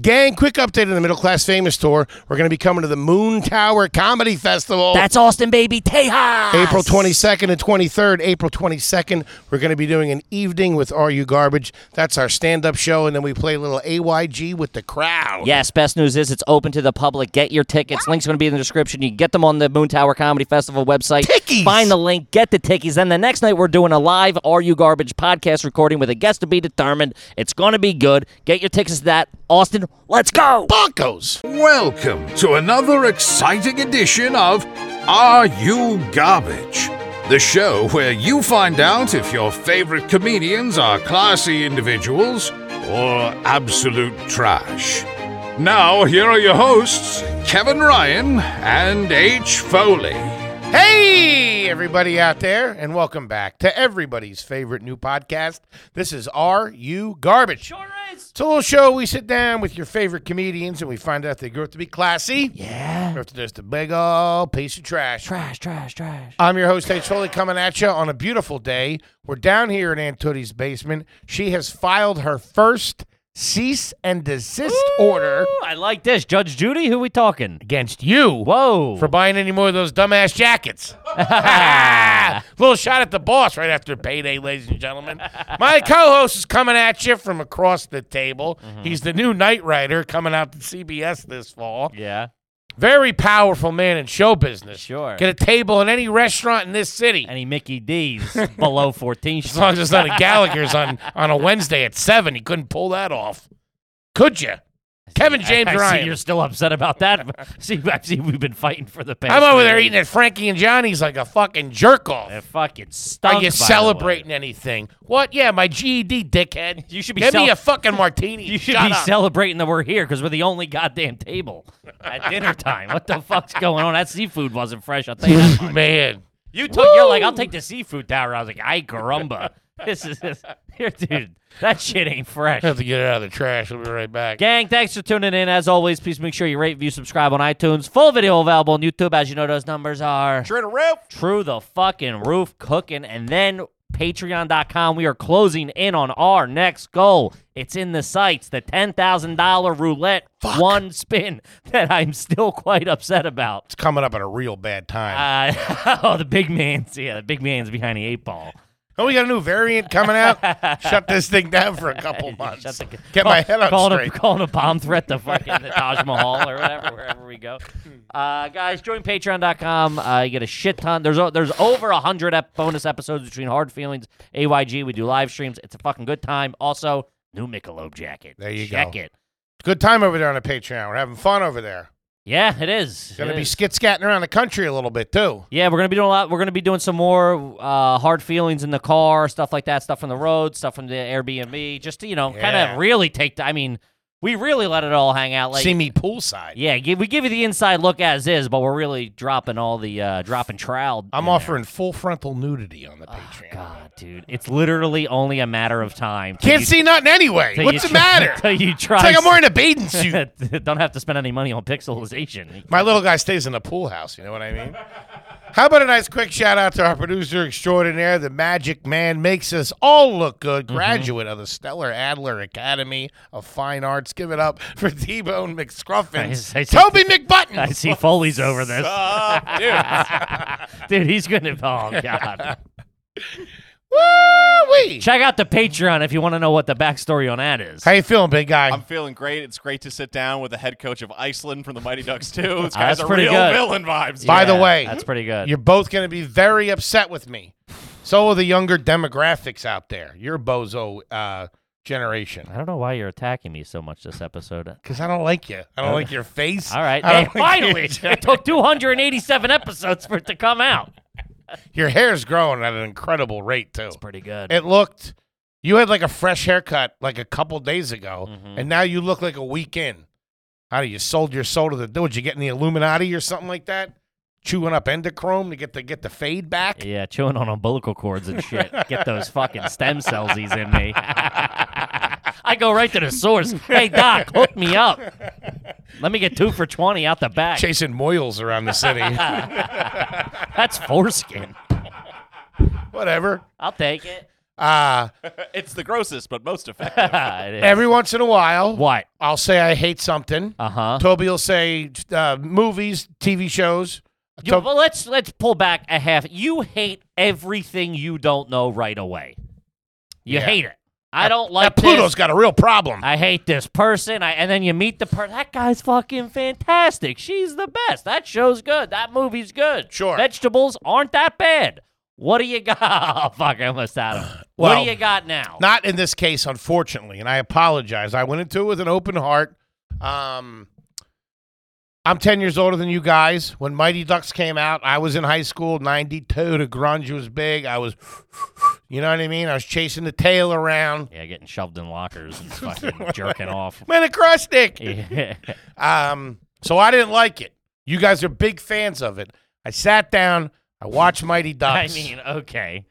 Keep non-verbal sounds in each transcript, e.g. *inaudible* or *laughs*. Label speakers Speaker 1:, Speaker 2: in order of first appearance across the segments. Speaker 1: Gang, quick update on the Middle Class Famous Tour. We're going to be coming to the Moon Tower Comedy Festival.
Speaker 2: That's Austin, baby. Tejas.
Speaker 1: April 22nd and 23rd. April 22nd, we're going to be doing an evening with Are You Garbage. That's our stand up show, and then we play a little AYG with the crowd.
Speaker 2: Yes, best news is it's open to the public. Get your tickets. Link's going to be in the description. You can get them on the Moon Tower Comedy Festival website.
Speaker 1: Tickies!
Speaker 2: Find the link, get the tickies. Then the next night, we're doing a live Are You Garbage podcast recording with a guest to be determined. It's going to be good. Get your tickets to that. Austin, let's go.
Speaker 1: Bonkos!
Speaker 3: Welcome to another exciting edition of Are You Garbage? The show where you find out if your favorite comedians are classy individuals or absolute trash. Now, here are your hosts, Kevin Ryan and H. Foley.
Speaker 1: Hey, everybody out there, and welcome back to everybody's favorite new podcast. This is Are You Garbage. Sure is. It's a little show. We sit down with your favorite comedians and we find out if they grew up to be classy
Speaker 2: Yeah.
Speaker 1: or if they're just a big old piece of trash.
Speaker 2: Trash, trash, trash.
Speaker 1: I'm your host, H. Foley, coming at you on a beautiful day. We're down here in Aunt Tootie's basement. She has filed her first cease and desist order
Speaker 2: I like this. Judge Judy, who we talking?
Speaker 1: against you
Speaker 2: Whoa.
Speaker 1: for buying any more of those dumbass
Speaker 2: *laughs*
Speaker 1: jackets. Little shot at the boss right after payday, ladies and gentlemen. My co-host is coming at you from across the table.
Speaker 2: Mm-hmm.
Speaker 1: He's the new Knight Rider coming out to CBS this fall.
Speaker 2: yeah.
Speaker 1: Very powerful man in show business.
Speaker 2: Sure.
Speaker 1: Get a table in any restaurant in this city.
Speaker 2: Any Mickey
Speaker 1: *laughs*
Speaker 2: D's below 14.
Speaker 1: As long as it's not a Gallagher's on, on a Wednesday at seven, he couldn't pull that off. Could you? Kevin *laughs* James
Speaker 2: I see
Speaker 1: Ryan.
Speaker 2: you're still upset about that. *laughs* see, I see we've been fighting for the past.
Speaker 1: I'm over there
Speaker 2: year.
Speaker 1: eating at Frankie and Johnny's like a fucking jerk off.
Speaker 2: They're fucking stunk.
Speaker 1: Are
Speaker 2: by
Speaker 1: you
Speaker 2: the way.
Speaker 1: celebrating anything? What? Yeah, my GED, dickhead.
Speaker 2: You should be
Speaker 1: Give me
Speaker 2: cel-
Speaker 1: a fucking martini.
Speaker 2: You should
Speaker 1: Shut
Speaker 2: be
Speaker 1: up.
Speaker 2: celebrating that we're here because we're the only goddamn table
Speaker 1: *laughs*
Speaker 2: at dinner time. What the fuck's going on? That seafood wasn't fresh. I'll tell you that much.
Speaker 1: Man.
Speaker 2: You took. You're like, I'll take the seafood tower. I was like, I caramba. *laughs* This is this. Here, dude. That shit ain't fresh.
Speaker 1: I have to *laughs* get it out of the trash. We'll be right back.
Speaker 2: Gang, thanks for tuning in. As always, please make sure you rate, view, subscribe on iTunes. Full video available on YouTube. As you know, those numbers are true, the fucking roof, cooking, and then Patreon.com. We are closing in on our next goal. It's in the sights, the ten thousand dollar roulette one spin *laughs* that I'm still quite upset about.
Speaker 1: It's *laughs* coming up at a real bad time.
Speaker 2: Uh, *laughs* oh, the big man's yeah, the big man's behind the eight ball.
Speaker 1: oh, we got a new variant coming
Speaker 2: *laughs*
Speaker 1: out. Shut this thing down for a couple months.
Speaker 2: Shut the-
Speaker 1: Get
Speaker 2: call-
Speaker 1: my head on
Speaker 2: calling
Speaker 1: straight.
Speaker 2: A, calling a bomb threat
Speaker 1: *laughs*
Speaker 2: to fucking the Taj Mahal or whatever, wherever we go. Uh, guys, join Patreon.com. Uh, you get a shit ton. There's o- there's over hundred ep- bonus episodes between Hard Feelings, AYG. We do live streams. It's a fucking good time. Also, new Michelob jacket.
Speaker 1: There you
Speaker 2: Check
Speaker 1: go.
Speaker 2: it.
Speaker 1: Good time over there on the Patreon. We're having fun over there.
Speaker 2: Yeah, it is.
Speaker 1: Gonna
Speaker 2: It
Speaker 1: be
Speaker 2: is.
Speaker 1: skit scatting around the country a little bit too.
Speaker 2: Yeah, we're gonna be doing a lot. We're gonna be doing some more uh, hard feelings in the car, stuff like that, stuff on the road, stuff from the Airbnb, just to you know, kind
Speaker 1: Yeah.
Speaker 2: of really take. The, I mean, we really let it all hang out. Like,
Speaker 1: See me poolside.
Speaker 2: Yeah, gi- we give you the inside look as is, but we're really dropping all the uh, dropping trowel.
Speaker 1: I'm
Speaker 2: in
Speaker 1: offering full frontal nudity on the
Speaker 2: there.
Speaker 1: Patreon.
Speaker 2: Oh, God, Ah, dude, it's literally only a matter of time. till
Speaker 1: Can't
Speaker 2: you-
Speaker 1: see nothing anyway.
Speaker 2: till
Speaker 1: What's
Speaker 2: you
Speaker 1: the
Speaker 2: try-
Speaker 1: matter? It's
Speaker 2: *laughs* Till you try.
Speaker 1: like I'm wearing a bathing suit.
Speaker 2: Don't have to spend any money
Speaker 1: *laughs*
Speaker 2: on pixelization. *laughs*
Speaker 1: My little guy stays in a pool house. You know what I mean? How about a nice quick shout out to our producer extraordinaire, the magic man, makes us all look good. Graduate of the Stellar Adler Academy of Fine Arts. Give it up for *laughs* T Bone McScruffins,
Speaker 2: I- I see-
Speaker 1: Toby McButton.
Speaker 2: I see Foley's over this,
Speaker 1: *laughs*
Speaker 2: *laughs* dude. He's gonna.
Speaker 1: *laughs*
Speaker 2: Oh God.
Speaker 1: Woo-wee.
Speaker 2: Check out the Patreon if you want to know what the backstory on that is.
Speaker 1: How you feeling, big guy?
Speaker 4: I'm feeling great. It's great to sit down with the head coach of Iceland from the Mighty
Speaker 2: *laughs*
Speaker 4: Ducks too. This
Speaker 2: Ah, that's
Speaker 4: guy's a
Speaker 2: pretty
Speaker 4: real
Speaker 2: good.
Speaker 4: villain vibes.
Speaker 1: By the
Speaker 2: Yeah,
Speaker 1: way,
Speaker 2: that's pretty good.
Speaker 1: You're both going to be very upset with me. So are the younger demographics out there. Your bozo uh, generation.
Speaker 2: I don't know why you're attacking me so much this episode.
Speaker 1: Because I don't like you. I don't like your face.
Speaker 2: All
Speaker 1: *laughs*
Speaker 2: right,
Speaker 1: I don't
Speaker 2: hey,
Speaker 1: like your-
Speaker 2: finally, it *laughs* took 287 episodes for it to come out.
Speaker 1: Your hair's growing at an incredible rate too.
Speaker 2: Pretty good.
Speaker 1: It looked you had like a fresh haircut like a couple days ago, and now you look like a week in. How do you sold your soul to the dude? You getting the Illuminati or something like that? Chewing up endochrome to get the get the fade back?
Speaker 2: Yeah, chewing on umbilical cords
Speaker 1: *laughs*
Speaker 2: and shit. Get those fucking stem cells he's in me. *laughs* I go right to the source. Hey doc, hook me up. Let me get two for twenty out the back.
Speaker 1: Chasing moils around the city. *laughs*
Speaker 2: That's foreskin.
Speaker 1: Whatever. *laughs*
Speaker 2: I'll take it.
Speaker 1: Uh,
Speaker 4: it's the grossest, but
Speaker 2: *laughs*
Speaker 4: most effective.
Speaker 1: every once in a while,
Speaker 2: Ah, what?
Speaker 1: I'll say I hate something.
Speaker 2: Uh huh.
Speaker 1: Toby will say uh, movies, TV shows.
Speaker 2: You,
Speaker 1: Tob-
Speaker 2: well, let's let's pull back a half. You hate everything you don't know right away. You
Speaker 1: Yeah.
Speaker 2: hate it. I don't like
Speaker 1: that Pluto's
Speaker 2: this.
Speaker 1: got a real problem.
Speaker 2: I hate this person. I, and then you meet the person. That guy's fucking fantastic. She's the best. That show's good. That movie's good.
Speaker 1: Sure.
Speaker 2: Vegetables aren't that bad. What do you got? *laughs* Oh, fuck, I almost had him.
Speaker 1: *sighs*
Speaker 2: what
Speaker 1: Well,
Speaker 2: do you got now?
Speaker 1: Not in this case, unfortunately, and I apologize. I went into it with an open heart. Um, I'm 10 years older than you guys. When Mighty Ducks came out, I was in high school, 92. The grunge was big. I was, *sighs* you know what I mean? I was chasing the tail around.
Speaker 2: yeah, getting shoved in
Speaker 1: *laughs*
Speaker 2: lockers and fucking jerking off. *laughs*
Speaker 1: Man, a crush dick.
Speaker 2: Yeah.
Speaker 1: Um, so I didn't like it. You guys are big fans of it. I sat down. I watched Mighty
Speaker 2: *laughs* I
Speaker 1: Ducks.
Speaker 2: mean, okay.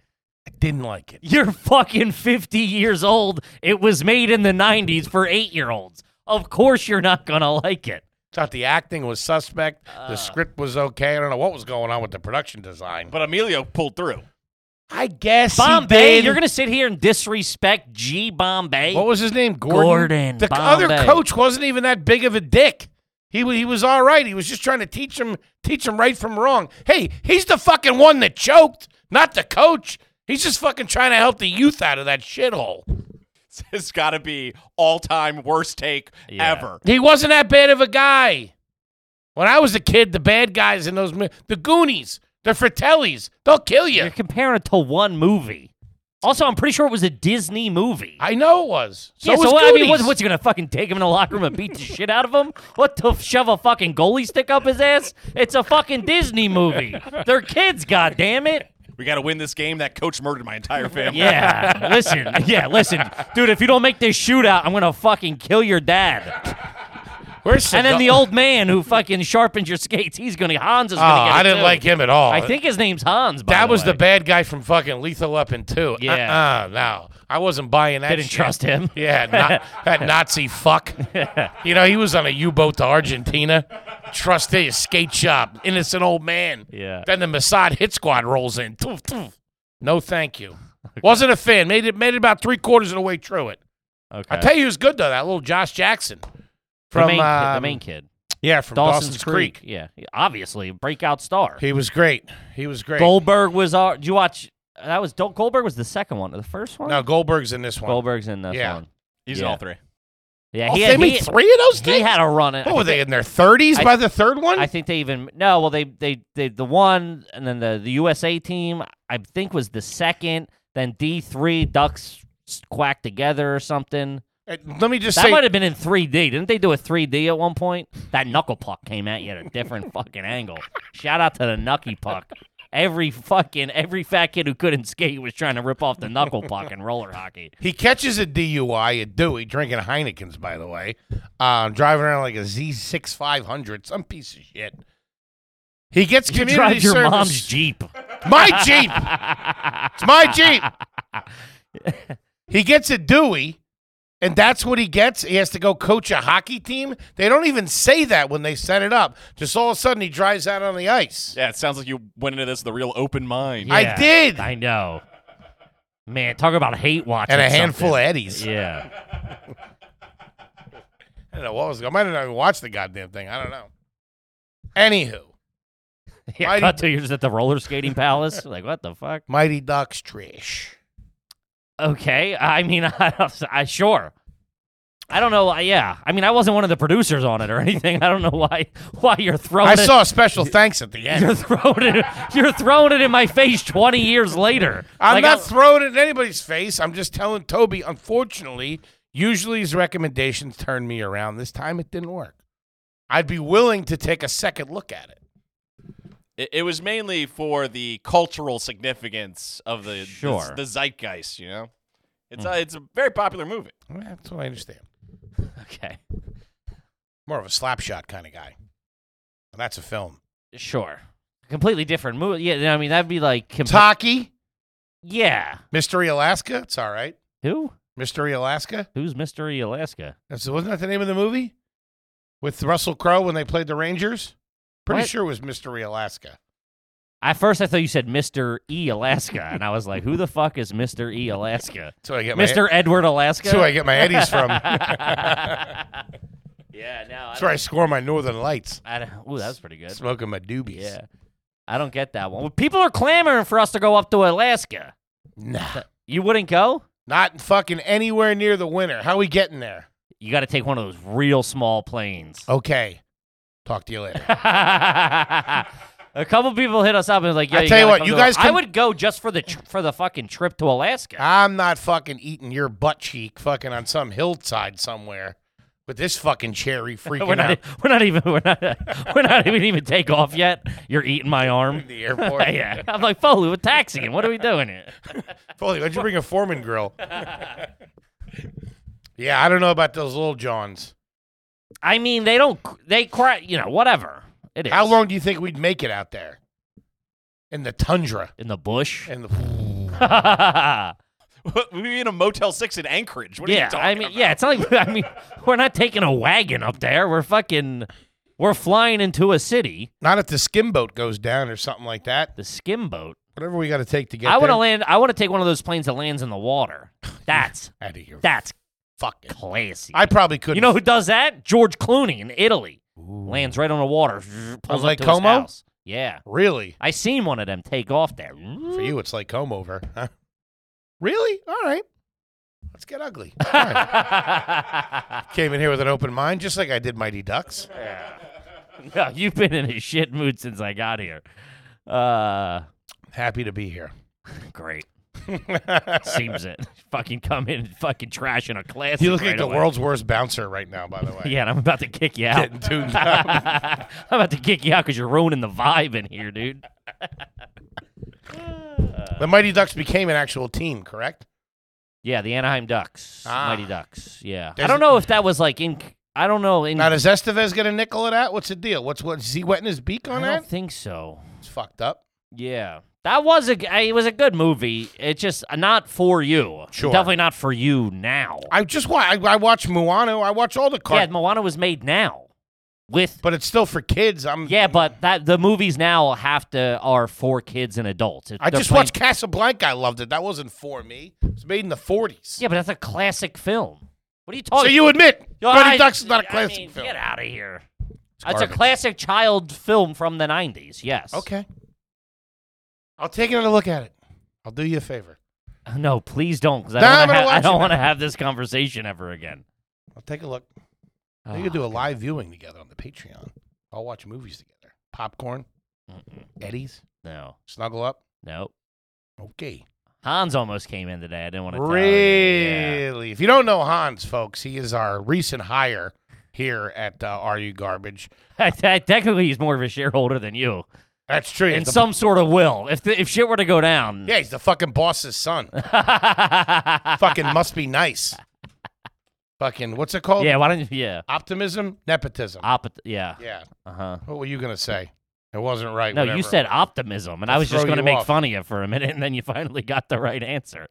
Speaker 1: I didn't like it.
Speaker 2: You're fucking 50 years old. It was made in the 90s for eight year olds. Of course, you're not going to like it.
Speaker 1: Thought the acting was suspect.
Speaker 2: Uh.
Speaker 1: the script was okay. I don't know what was going on with the production design.
Speaker 4: but Emilio pulled through. *laughs*
Speaker 1: I guess he
Speaker 2: Bombay,
Speaker 1: did.
Speaker 2: you're going to sit here and disrespect G Bombay?
Speaker 1: What was his name? Gordon.
Speaker 2: Gordon
Speaker 1: The
Speaker 2: Bombay.
Speaker 1: other coach wasn't even that big of a dick. He wa- he was all right. He was just trying to teach him teach him right from wrong. Hey, he's the fucking one that choked, not the coach. He's just fucking trying to help the youth out of that shithole.
Speaker 4: It's got to be all time worst take
Speaker 2: Yeah.
Speaker 4: ever.
Speaker 1: He wasn't that bad of a guy. When I was a kid, the bad guys in those mi- the Goonies, the Fratellis, they'll kill
Speaker 2: You're
Speaker 1: you.
Speaker 2: comparing it to one movie. Also, I'm pretty sure it was a Disney movie.
Speaker 1: I know it was. So
Speaker 2: yeah,
Speaker 1: was
Speaker 2: so what, I mean,
Speaker 1: Goonies.
Speaker 2: what, what's he gonna fucking take him in the locker room and beat the shit out of him? What to shove a fucking goalie stick up his ass? It's a fucking Disney movie. They're kids, god damn it.
Speaker 4: We got to win this game. That coach murdered my entire
Speaker 2: *laughs*
Speaker 4: family.
Speaker 2: Yeah, listen. Yeah, listen, dude. If you don't make this shootout, I'm gonna fucking kill your dad.
Speaker 1: Where's
Speaker 2: And then
Speaker 1: Seagal?
Speaker 2: the old man who fucking sharpens your skates, he's gonna Hans is
Speaker 1: Oh,
Speaker 2: gonna get.
Speaker 1: I
Speaker 2: it,
Speaker 1: didn't
Speaker 2: too.
Speaker 1: like him at all.
Speaker 2: I think his name's Hans. By
Speaker 1: That
Speaker 2: the
Speaker 1: was the
Speaker 2: way.
Speaker 1: bad guy from fucking Lethal Weapon 2.
Speaker 2: Yeah.
Speaker 1: Uh-uh, no. I wasn't buying that
Speaker 2: Didn't
Speaker 1: shit.
Speaker 2: trust him.
Speaker 1: Yeah, na-
Speaker 2: *laughs*
Speaker 1: that Nazi fuck. you know, he was on a U-boat to Argentina. Trust his skate shop. Innocent old man. *laughs*
Speaker 2: Yeah.
Speaker 1: Then the Mossad hit squad rolls in. Toof, toof. No thank you. Wasn't a fan. Made it made it about three quarters of the way through it.
Speaker 2: Okay.
Speaker 1: I tell you who's good though, that little Josh Jackson. From
Speaker 2: the main, kid, the
Speaker 1: um,
Speaker 2: main kid,
Speaker 1: Yeah, from
Speaker 2: Dawson's,
Speaker 1: Dawson's,
Speaker 2: Creek.
Speaker 1: Creek.
Speaker 2: Yeah, obviously breakout star.
Speaker 1: He was great. He was great.
Speaker 2: Goldberg was our. Did you watch? That was Don't Goldberg was the second one, the first one.
Speaker 1: no, Goldberg's in this one.
Speaker 2: Goldberg's in this
Speaker 1: Yeah.
Speaker 2: one.
Speaker 4: He's
Speaker 2: Yeah.
Speaker 4: in all three.
Speaker 2: Yeah,
Speaker 1: Oh,
Speaker 2: he
Speaker 1: they
Speaker 2: had,
Speaker 1: made
Speaker 2: he,
Speaker 1: three of those
Speaker 2: he
Speaker 1: things?
Speaker 2: had a run. in- I
Speaker 1: What were
Speaker 2: think
Speaker 1: they in their thirties
Speaker 2: I-
Speaker 1: by the third one?
Speaker 2: I think they even no. Well, they they they the one and then the the USA team I think was the second. Then D three Ducks s- quacked together or something.
Speaker 1: Uh, Let me just
Speaker 2: That
Speaker 1: say,
Speaker 2: might have been in three D. Didn't they do a three D at one point? That knuckle puck came at you at a
Speaker 1: *laughs*
Speaker 2: different fucking angle. Shout out to the knucky puck. Every fucking every fat kid who couldn't skate was trying to rip off the knuckle puck in roller hockey.
Speaker 1: he catches a DUI at Dewey drinking Heinekens, by the way, um, driving around like a Z6 500, some piece of shit. He gets
Speaker 2: You
Speaker 1: community
Speaker 2: drive your
Speaker 1: service. *laughs*
Speaker 2: mom's jeep.
Speaker 1: My Jeep. It's my Jeep.
Speaker 2: *laughs*
Speaker 1: he gets a Dewey, and that's what he gets. He has to go coach a hockey team. They don't even say that when they set it up. Just all of a sudden, he drives out on the ice.
Speaker 4: Yeah, it sounds like you went into this with a real open mind.
Speaker 1: I
Speaker 2: Yeah,
Speaker 1: did.
Speaker 2: I know. Man, talk about hate watching.
Speaker 1: And a handful of
Speaker 2: something.
Speaker 1: Eddies.
Speaker 2: Yeah.
Speaker 1: I don't know what was going. I might not even watch the goddamn thing. I don't know. Anywho,
Speaker 2: yeah
Speaker 1: Mighty-
Speaker 2: *laughs* cut to years at the roller skating palace. like, what the fuck?
Speaker 1: Mighty Ducks trash.
Speaker 2: Okay. I mean, *laughs* I, I sure. I don't know. why- Yeah. I mean, I wasn't one of the producers on it or anything. *laughs* I don't know why why you're throwing
Speaker 1: I
Speaker 2: it.
Speaker 1: saw a special thanks at the
Speaker 2: *laughs* You're
Speaker 1: end.
Speaker 2: throwing it. You're throwing it in my face 20 years later.
Speaker 1: I'm
Speaker 2: Like,
Speaker 1: not
Speaker 2: I-
Speaker 1: throwing it in anybody's face. I'm just telling Toby, unfortunately, usually his recommendations turn me around. This time it didn't work. I'd be willing to take a second look at it.
Speaker 4: It, it was mainly for the cultural significance of the the-
Speaker 2: Sure. Hmm.
Speaker 4: the, zeitgeist. You know, it's a, it's a very popular movie. *laughs*
Speaker 1: That's what I understand.
Speaker 2: okay.
Speaker 1: More of a slapshot kind of guy. And that's a film.
Speaker 2: Sure. Completely different movie. Yeah. I mean, that'd be like. compa-
Speaker 1: Taki,
Speaker 2: yeah.
Speaker 1: Mystery Alaska. It's all right.
Speaker 2: Who?
Speaker 1: Mystery Alaska.
Speaker 2: Who's Mystery Alaska?
Speaker 1: That's, wasn't that the name of the movie with Russell Crowe when they played the Rangers? Pretty
Speaker 2: What?
Speaker 1: sure it was Mystery Alaska.
Speaker 2: At first, I thought you said Mr. E. Alaska, and I was like, "Who the fuck is Mr.
Speaker 1: *laughs*
Speaker 2: E. Alaska?
Speaker 1: That's where I get my
Speaker 2: Mr. Edward Alaska?"
Speaker 1: That's where I get my Eddies from. *laughs* That's
Speaker 2: *laughs* yeah, no, I
Speaker 1: where I score my Northern Lights.
Speaker 2: don't, I don't, ooh, that was pretty good.
Speaker 1: Smoking my doobies.
Speaker 2: Yeah, I don't get that one. Well, people are clamoring for us to go up to Alaska.
Speaker 1: Nah.
Speaker 2: You wouldn't go?
Speaker 1: Not fucking anywhere near the winter. How we getting there?
Speaker 2: You got to take one of those real small planes.
Speaker 1: Oh. Okay. Talk to you later.
Speaker 2: *laughs* a couple people hit us up and was like, "Yo,
Speaker 1: I tell you
Speaker 2: gotta
Speaker 1: what,
Speaker 2: come
Speaker 1: you
Speaker 2: to-
Speaker 1: guys
Speaker 2: I
Speaker 1: can-
Speaker 2: would go just for the tr- for the fucking trip to Alaska."
Speaker 1: I'm not fucking eating your butt cheek fucking on some hillside somewhere with this fucking
Speaker 2: *laughs*
Speaker 1: cherry
Speaker 2: we're
Speaker 1: freaking
Speaker 2: not. e,
Speaker 1: out
Speaker 2: We're not even. We're not. *laughs* We're not even even take off yet. You're eating my
Speaker 1: *laughs*
Speaker 2: arm. *laughs*
Speaker 1: in the airport.
Speaker 2: yeah, I'm like Foley. We're taxiing. What are we doing here?
Speaker 1: Foley, why'd you bring a Foreman grill? yeah, I don't know about those little Johns.
Speaker 2: I mean, they don't. They cry. You know, whatever. It is.
Speaker 1: How long do you think we'd make it out there? In the tundra.
Speaker 2: in the bush?
Speaker 1: In
Speaker 2: *laughs*
Speaker 1: the
Speaker 2: yeah,
Speaker 4: we be in a Motel 6 in Anchorage. What are you talking
Speaker 2: I mean,
Speaker 4: about?
Speaker 2: yeah. It's not like *laughs* I mean, we're not taking a wagon up there. We're fucking. We're flying into a city.
Speaker 1: not if the skim boat goes down or something like that.
Speaker 2: The skim boat.
Speaker 1: Whatever we got to take to get
Speaker 2: I want to
Speaker 1: there.
Speaker 2: land. I want to take one of those planes that lands in
Speaker 1: *laughs*
Speaker 2: the water. That's
Speaker 1: out of here.
Speaker 2: that's
Speaker 1: Fuck it.
Speaker 2: classy.
Speaker 1: I probably couldn't.
Speaker 2: you know who does that? George Clooney in Italy lands right on the water. Pulls
Speaker 1: Like
Speaker 2: up to his
Speaker 1: Como?
Speaker 2: house. Yeah,
Speaker 1: really?
Speaker 2: I seen one of them take off
Speaker 1: *laughs*
Speaker 2: there. *laughs*
Speaker 1: For you, it's like comb over, huh? Really? All right. Let's get
Speaker 2: *laughs*
Speaker 1: ugly. All right. Came in here with an open mind, just like I did Mighty Ducks.
Speaker 2: no, you've been in a shit mood since I got here. Uh,
Speaker 1: Happy to be here. *laughs*
Speaker 2: great. Seems it. Fucking come in and fucking trash in a class.
Speaker 1: You look like the world's worst bouncer right now, by the way.
Speaker 2: Yeah, and I'm about to kick you out.
Speaker 1: Getting
Speaker 2: *laughs*
Speaker 1: tuned up.
Speaker 2: I'm about to kick you out because you're ruining the vibe in here, dude.
Speaker 1: The Mighty Ducks became an actual team, correct?
Speaker 2: Yeah, the Anaheim Ducks,
Speaker 1: Ah.
Speaker 2: Mighty Ducks. Yeah, I
Speaker 1: There's-
Speaker 2: don't know if that was like in. I don't know. In,
Speaker 1: Now does Estevez get a nickel of that? What's the deal? What's what? Is he wetting his beak
Speaker 2: I
Speaker 1: on
Speaker 2: don't
Speaker 1: that?
Speaker 2: think so.
Speaker 1: It's fucked up.
Speaker 2: Yeah, that was a. g- I- It was a good movie. It's just uh, not for you.
Speaker 1: Sure.
Speaker 2: definitely not for you now.
Speaker 1: I just wa I, I watch Moana. I watch all the
Speaker 2: yeah,
Speaker 1: cards,
Speaker 2: Moana was made now. With
Speaker 1: but it's still for kids. I'm.
Speaker 2: yeah, but that the movies now have to are for kids and adults.
Speaker 1: I
Speaker 2: They're
Speaker 1: just
Speaker 2: playing-
Speaker 1: watched Casablanca. I loved it. That wasn't for me. It was made in the 40s.
Speaker 2: Yeah, but that's a classic film. What are you
Speaker 1: So
Speaker 2: talking?
Speaker 1: you admit
Speaker 2: Yo,
Speaker 1: Mighty
Speaker 2: I-
Speaker 1: Ducks is not a
Speaker 2: I
Speaker 1: classic
Speaker 2: mean,
Speaker 1: film.
Speaker 2: Get out of here. It's, a
Speaker 1: garbage.
Speaker 2: classic child film from the 90s, yes.
Speaker 1: Okay. I'll take another look at it. I'll do you a favor.
Speaker 2: No, please don't, because
Speaker 1: Nah,
Speaker 2: I don't
Speaker 1: I'm
Speaker 2: wanna
Speaker 1: gonna
Speaker 2: ha- I
Speaker 1: watch
Speaker 2: don't
Speaker 1: it.
Speaker 2: want to have this conversation ever again.
Speaker 1: I'll take a look. We
Speaker 2: Ah,
Speaker 1: could do a live viewing together on the Patreon. I'll watch movies together. Popcorn,
Speaker 2: Mm-mm.
Speaker 1: Eddies,
Speaker 2: Ah, No,
Speaker 1: snuggle up.
Speaker 2: no.
Speaker 1: Okay.
Speaker 2: Hans almost came in today. I didn't want to *laughs* tell you.
Speaker 1: Really? If you don't know Hans, folks, he is our recent hire here at uh, RU Garbage.
Speaker 2: Yeah. Te- Technically, he's more of a shareholder than you.
Speaker 1: That's true.
Speaker 2: In
Speaker 1: He's the-
Speaker 2: some sort of will. If the, if shit were to go down.
Speaker 1: yeah, he's the fucking boss's
Speaker 2: *laughs*
Speaker 1: son. fucking must be nice. Fucking, what's it called?
Speaker 2: yeah, Ah. why don't you? Yeah.
Speaker 1: Optimism? Nepotism.
Speaker 2: Op- yeah.
Speaker 1: yeah.
Speaker 2: Uh huh.
Speaker 1: What were you going to say? It wasn't right.
Speaker 2: No, you
Speaker 1: whatever.
Speaker 2: said optimism, and
Speaker 1: I'll
Speaker 2: I was just
Speaker 1: throw
Speaker 2: going to
Speaker 1: you
Speaker 2: make
Speaker 1: off.
Speaker 2: fun of you for a minute, *laughs* and then you finally got the right answer.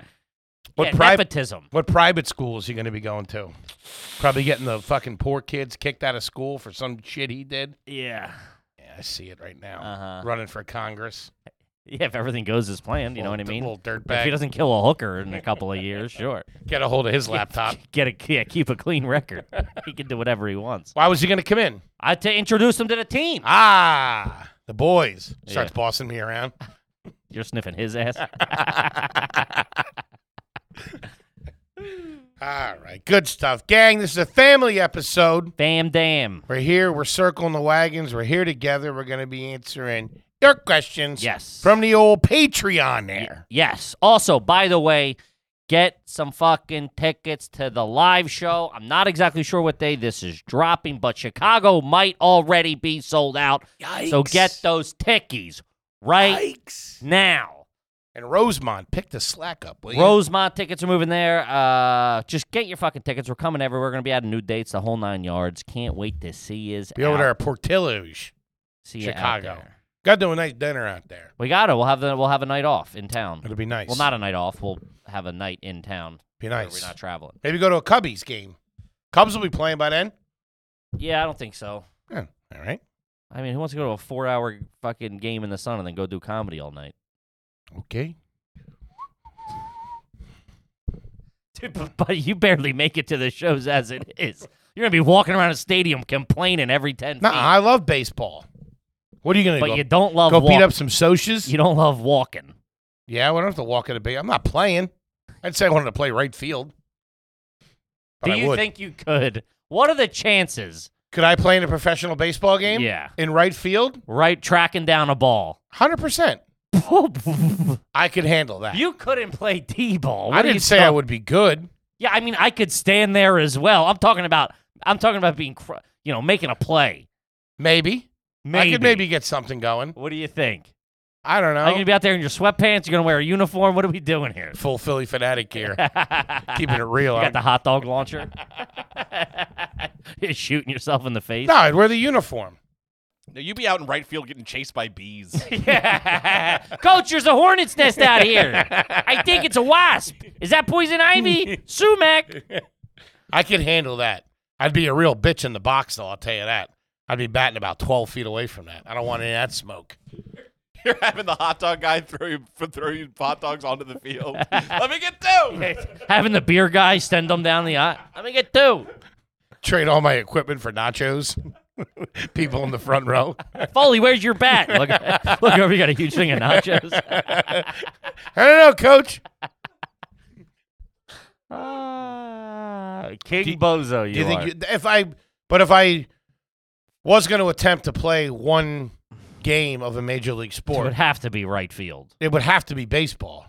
Speaker 1: What
Speaker 2: yeah,
Speaker 1: pri-
Speaker 2: nepotism?
Speaker 1: What private school is he going to be going to? Probably getting the fucking poor kids kicked out of school for some shit he did.
Speaker 2: Yeah,
Speaker 1: Yeah, I see it right now.
Speaker 2: Uh-huh.
Speaker 1: Running for Congress.
Speaker 2: yeah. If everything goes as planned, you know what I
Speaker 1: Little-
Speaker 2: mean.
Speaker 1: Little
Speaker 2: If he
Speaker 1: dirtbag.
Speaker 2: doesn't kill a hooker in a couple
Speaker 1: *laughs*
Speaker 2: of years, sure.
Speaker 1: Get a hold
Speaker 2: *laughs*
Speaker 1: of his laptop.
Speaker 2: Get a yeah, keep a clean
Speaker 1: *laughs*
Speaker 2: record. he can do whatever he wants.
Speaker 1: Why was he going to come in?
Speaker 2: I to introduce him to the team.
Speaker 1: Ah, the boys. Starts
Speaker 2: Yeah.
Speaker 1: bossing me around.
Speaker 2: You're sniffing his ass. *laughs*
Speaker 1: All right. Good stuff. Gang, this is a family episode.
Speaker 2: Bam, damn.
Speaker 1: We're here. We're circling the wagons. We're here together. We're going to be answering your questions.
Speaker 2: Yes.
Speaker 1: From the old Patreon there.
Speaker 2: Yes. Also, by the way, get some fucking tickets to the live show. I'm not exactly sure what day this is dropping, but Chicago might already be sold out. So get those tickies right
Speaker 1: Yikes.
Speaker 2: now.
Speaker 1: And Rosemont, pick the slack up, will you?
Speaker 2: Rosemont tickets are moving there. Uh, just get your fucking tickets. We're coming everywhere. We're gonna be adding new dates, the whole nine yards. Can't wait to see you.
Speaker 1: Be over there at Portillo's.
Speaker 2: See ya out
Speaker 1: Chicago.
Speaker 2: there.
Speaker 1: Got to do a nice dinner out there.
Speaker 2: We got it. We'll have the, We'll have a night off in town.
Speaker 1: It'll be nice.
Speaker 2: Well, not a night off. We'll have a night in town.
Speaker 1: be
Speaker 2: where
Speaker 1: nice.
Speaker 2: We're not traveling.
Speaker 1: Maybe go to a Cubbies game. Cubs will be playing by then.
Speaker 2: Yeah, I don't think so.
Speaker 1: Yeah, All right.
Speaker 2: I mean, who wants to go to a four-hour fucking game in the sun and then go do comedy all night? *laughs*
Speaker 1: Okay.
Speaker 2: Dude, but, but you barely make it to the shows as it is. You're gonna be walking around a stadium complaining every ten
Speaker 1: Nah,
Speaker 2: feet.
Speaker 1: I love baseball. What are you gonna
Speaker 2: but
Speaker 1: go,
Speaker 2: you don't love
Speaker 1: go beat
Speaker 2: walk-
Speaker 1: up some socias?
Speaker 2: You don't love walking.
Speaker 1: Yeah, we don't have to walk in a big. I'm not playing. I'd say I wanted to play right field. But
Speaker 2: Do
Speaker 1: I
Speaker 2: you
Speaker 1: would.
Speaker 2: think you could? What are the chances?
Speaker 1: Could I play in a professional baseball game?
Speaker 2: Yeah.
Speaker 1: In right field,
Speaker 2: Right, tracking down
Speaker 1: *laughs*
Speaker 2: a ball.
Speaker 1: hundred percent. I could handle that.
Speaker 2: you couldn't play d-ball. What
Speaker 1: I
Speaker 2: are you
Speaker 1: didn't say I
Speaker 2: talking-
Speaker 1: would be good.
Speaker 2: Yeah, I mean, I could stand there as well. I'm talking about. I'm talking about being, cr- you know, making a play.
Speaker 1: Maybe.
Speaker 2: Maybe.
Speaker 1: I could maybe get something going.
Speaker 2: What do you think?
Speaker 1: I don't know.
Speaker 2: Are you gonna be out there in your sweatpants? You're gonna wear a uniform? What are we doing here? *laughs*
Speaker 1: Full Philly fanatic here,
Speaker 2: Keep
Speaker 1: keeping it real.
Speaker 2: You
Speaker 1: I'm-
Speaker 2: got the hot dog launcher. *laughs* You're shooting yourself in the face.
Speaker 1: no,
Speaker 2: *laughs*
Speaker 1: I'd wear the uniform.
Speaker 4: No, you be out in right field getting chased by bees.
Speaker 2: Coach, there's a hornet's nest out here. I think it's a wasp. Is that poison ivy? Sumac.
Speaker 1: I could handle that. I'd be a real bitch in the box, though. I'll tell you that. I'd be batting about twelve feet away from that. I don't want any of that smoke.
Speaker 4: You're *laughs* having the hot dog guy throw you, f- throw you hot dogs onto
Speaker 2: *laughs*
Speaker 4: the field. Let me get two.
Speaker 2: Having the beer guy send them down the aisle. Let me get two.
Speaker 1: Trade all my equipment for nachos. *laughs* People in the front row.
Speaker 2: Foley, where's your bat? Look, *laughs* look over, you got a huge thing of nachos.
Speaker 1: I don't know, Coach.
Speaker 2: Ah, King Bozo, you,
Speaker 1: Uh, Do you think
Speaker 2: are.
Speaker 1: you, if I, but if I was going to attempt to play one game of a major league
Speaker 2: it would
Speaker 1: sport,
Speaker 2: have to be right field.
Speaker 1: it would have to be baseball.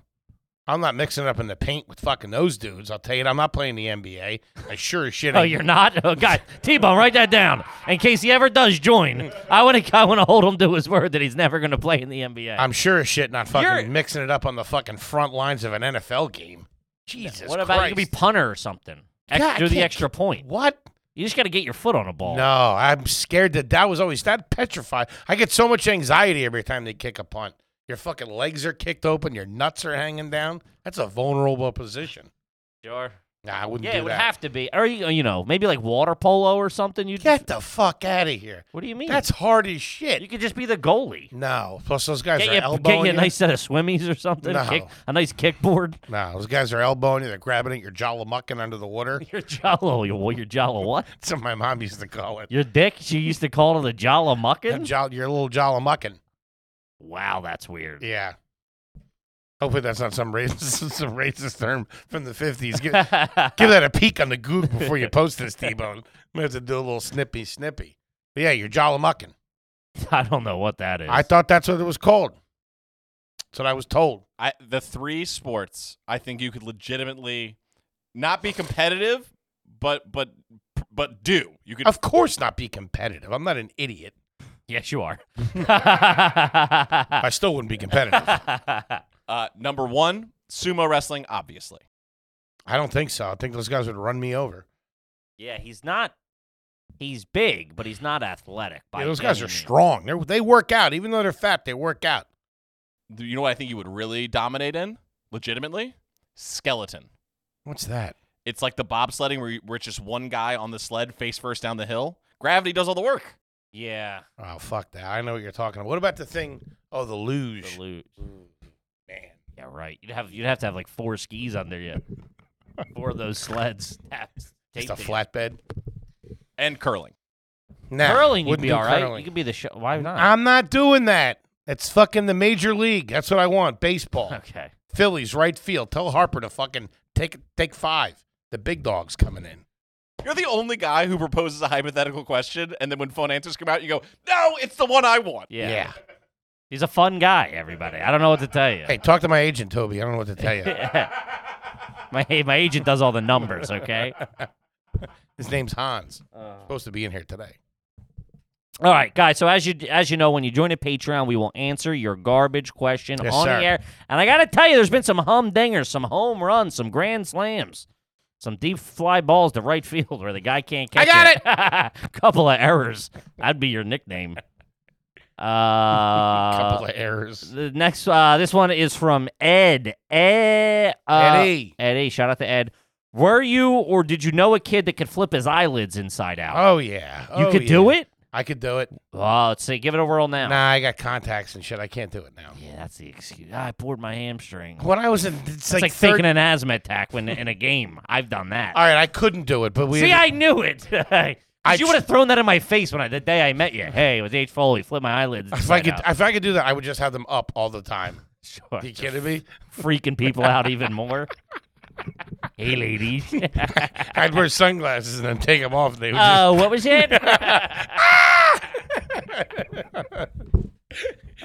Speaker 1: I'm not mixing up in the paint with fucking those dudes. I'll tell you, that. I'm not playing the NBA. I sure as shit.
Speaker 2: Oh,
Speaker 1: ain't-
Speaker 2: you're not? *laughs* Oh, God. T-Bone, write that down. In case he ever does join, I want to I wanna hold him to his word that he's never going to play in the NBA.
Speaker 1: I'm sure as shit not fucking
Speaker 2: You're-
Speaker 1: mixing it up on the fucking front lines of an NFL game. Jesus
Speaker 2: what about you
Speaker 1: Christ.
Speaker 2: could be punter or something? Ex-
Speaker 1: God, I
Speaker 2: do the
Speaker 1: can't-
Speaker 2: extra point.
Speaker 1: what?
Speaker 2: You just got to get your foot on a ball.
Speaker 1: No, I'm scared that that was always that petrified. I get so much anxiety every time they kick a punt. Your fucking legs are kicked open, your nuts are hanging down. That's a vulnerable position.
Speaker 2: Sure.
Speaker 1: Nah, I wouldn't
Speaker 2: Yeah,
Speaker 1: do
Speaker 2: it would
Speaker 1: that.
Speaker 2: have to be. Or, you you know, maybe like water polo or something. You'd,
Speaker 1: get the fuck out of here.
Speaker 2: what do you mean?
Speaker 1: That's hard as
Speaker 2: you
Speaker 1: shit.
Speaker 2: could just be the goalie.
Speaker 1: No, plus those guys
Speaker 2: Get
Speaker 1: are
Speaker 2: you,
Speaker 1: elbowing
Speaker 2: get you a
Speaker 1: you.
Speaker 2: nice set of swimmies or something.
Speaker 1: No.
Speaker 2: Kick, a nice kickboard. *laughs*
Speaker 1: No, those guys are elbowing you. They're grabbing at your jolly mucking under the
Speaker 2: *laughs*
Speaker 1: water.
Speaker 2: Your jollo. Your, your jollo what?
Speaker 1: That's what my mom used to call it.
Speaker 2: Your dick? She used to call it the jollo
Speaker 1: That
Speaker 2: mucking?
Speaker 1: jol- your little jolly mucking.
Speaker 2: wow, that's weird.
Speaker 1: Yeah. Hopefully that's not some racist *laughs* some racist term from the fifties.
Speaker 2: *laughs*
Speaker 1: Give, give that a peek on the goog before you post this, T Bone. Might have to do a little snippy snippy. But yeah, you're jollimucking.
Speaker 2: *laughs* I don't know what that is.
Speaker 1: I thought that's what it was called. That's what I was told.
Speaker 4: I, the three sports I think you could legitimately not be competitive, but but but do. You could
Speaker 1: Of course not be competitive. I'm not an idiot.
Speaker 2: yes,
Speaker 1: *laughs*
Speaker 2: you are. *laughs* Ah.
Speaker 1: I still wouldn't be
Speaker 2: *laughs*
Speaker 1: competitive.
Speaker 4: uh, number one sumo wrestling, obviously.
Speaker 1: I don't think so. I think those guys would run me over.
Speaker 2: yeah, he's not. He's big, but he's not athletic. By
Speaker 1: Yeah, those guys
Speaker 2: any
Speaker 1: are
Speaker 2: means.
Speaker 1: strong. They're, they work out. Even though they're fat, they work out.
Speaker 4: Do You know what I think you would really dominate in, legitimately? Skeleton.
Speaker 1: What's that?
Speaker 4: It's like the bobsledding where, you, where it's just one guy on the sled face first down the hill. Gravity does all the work.
Speaker 2: Yeah,
Speaker 1: Oh, fuck that. I know what you're talking about. What about the thing? Oh, the luge.
Speaker 2: the loot.
Speaker 1: Man.
Speaker 2: Yeah, right. You'd have you'd have to have like four skis under you, four of those sleds. *laughs* That's
Speaker 1: Just a
Speaker 2: taped to you.
Speaker 1: flatbed.
Speaker 4: And curling.
Speaker 1: Nah,
Speaker 2: curling, you'd
Speaker 1: wouldn't
Speaker 2: be
Speaker 1: do
Speaker 2: all right.
Speaker 1: curling.
Speaker 2: You could be the show. Why not?
Speaker 1: I'm not doing that. That's fucking the major league. That's what I want. Baseball.
Speaker 2: okay.
Speaker 1: Phillies, right field. Tell Harper to fucking take take five. The big dog's coming in.
Speaker 4: You're the only guy who proposes a hypothetical question, and then when fun answers come out, you go, "No, it's the one I want."
Speaker 2: Yeah. he's a fun guy. Everybody, I don't know what to tell you.
Speaker 1: Hey, talk to my agent, Toby. I don't know what to tell you.
Speaker 2: *laughs* my my agent does all the
Speaker 1: *laughs*
Speaker 2: numbers. Okay.
Speaker 1: His name's Hans.
Speaker 2: Uh,
Speaker 1: Supposed to be in here today.
Speaker 2: All right, guys. So as you as you know, when you join a Patreon, we will answer your garbage question
Speaker 1: Yes,
Speaker 2: on
Speaker 1: sir.
Speaker 2: the air. And I gotta tell you, there's been some humdingers, some home runs, some grand slams, some deep fly balls to right *laughs* field where the guy can't
Speaker 1: I
Speaker 2: catch. it. *laughs* Couple of errors. That'd be your nickname.
Speaker 1: A
Speaker 2: Uh,
Speaker 1: *laughs* couple of errors.
Speaker 2: the next uh, this one is from Ed. Ed. Uh,
Speaker 1: Eddie.
Speaker 2: Eddie. Shout out to Ed. Were you or did you know a kid that could flip his eyelids inside out?
Speaker 1: Oh yeah.
Speaker 2: you
Speaker 1: Oh,
Speaker 2: could
Speaker 1: yeah.
Speaker 2: do it.
Speaker 1: I could do it.
Speaker 2: Oh, let's see. Give it a whirl now.
Speaker 1: Nah, I got contacts and shit. I can't do it now.
Speaker 2: Yeah, that's the excuse. Ah, I poured my hamstring.
Speaker 1: When I was in, it's
Speaker 2: It's like,
Speaker 1: like, third-
Speaker 2: taking an asthma attack when in a game. I've done that.
Speaker 1: All right, I couldn't do it, but we.
Speaker 2: See, I knew it. *laughs* 'Cause
Speaker 1: I
Speaker 2: you would have thrown that in my face when I the day I met you. Hey, it was H Foley. Flip my eyelids.
Speaker 1: *laughs* if I
Speaker 2: inside
Speaker 1: could,
Speaker 2: out.
Speaker 1: if I could do that, I would just have them up all the time.
Speaker 2: Sure.
Speaker 1: You kidding me?
Speaker 2: freaking people out even more.
Speaker 1: *laughs*
Speaker 2: hey, ladies.
Speaker 1: I'd wear sunglasses and then take them off. And they would just,
Speaker 2: Oh, what was *laughs* it? Ah!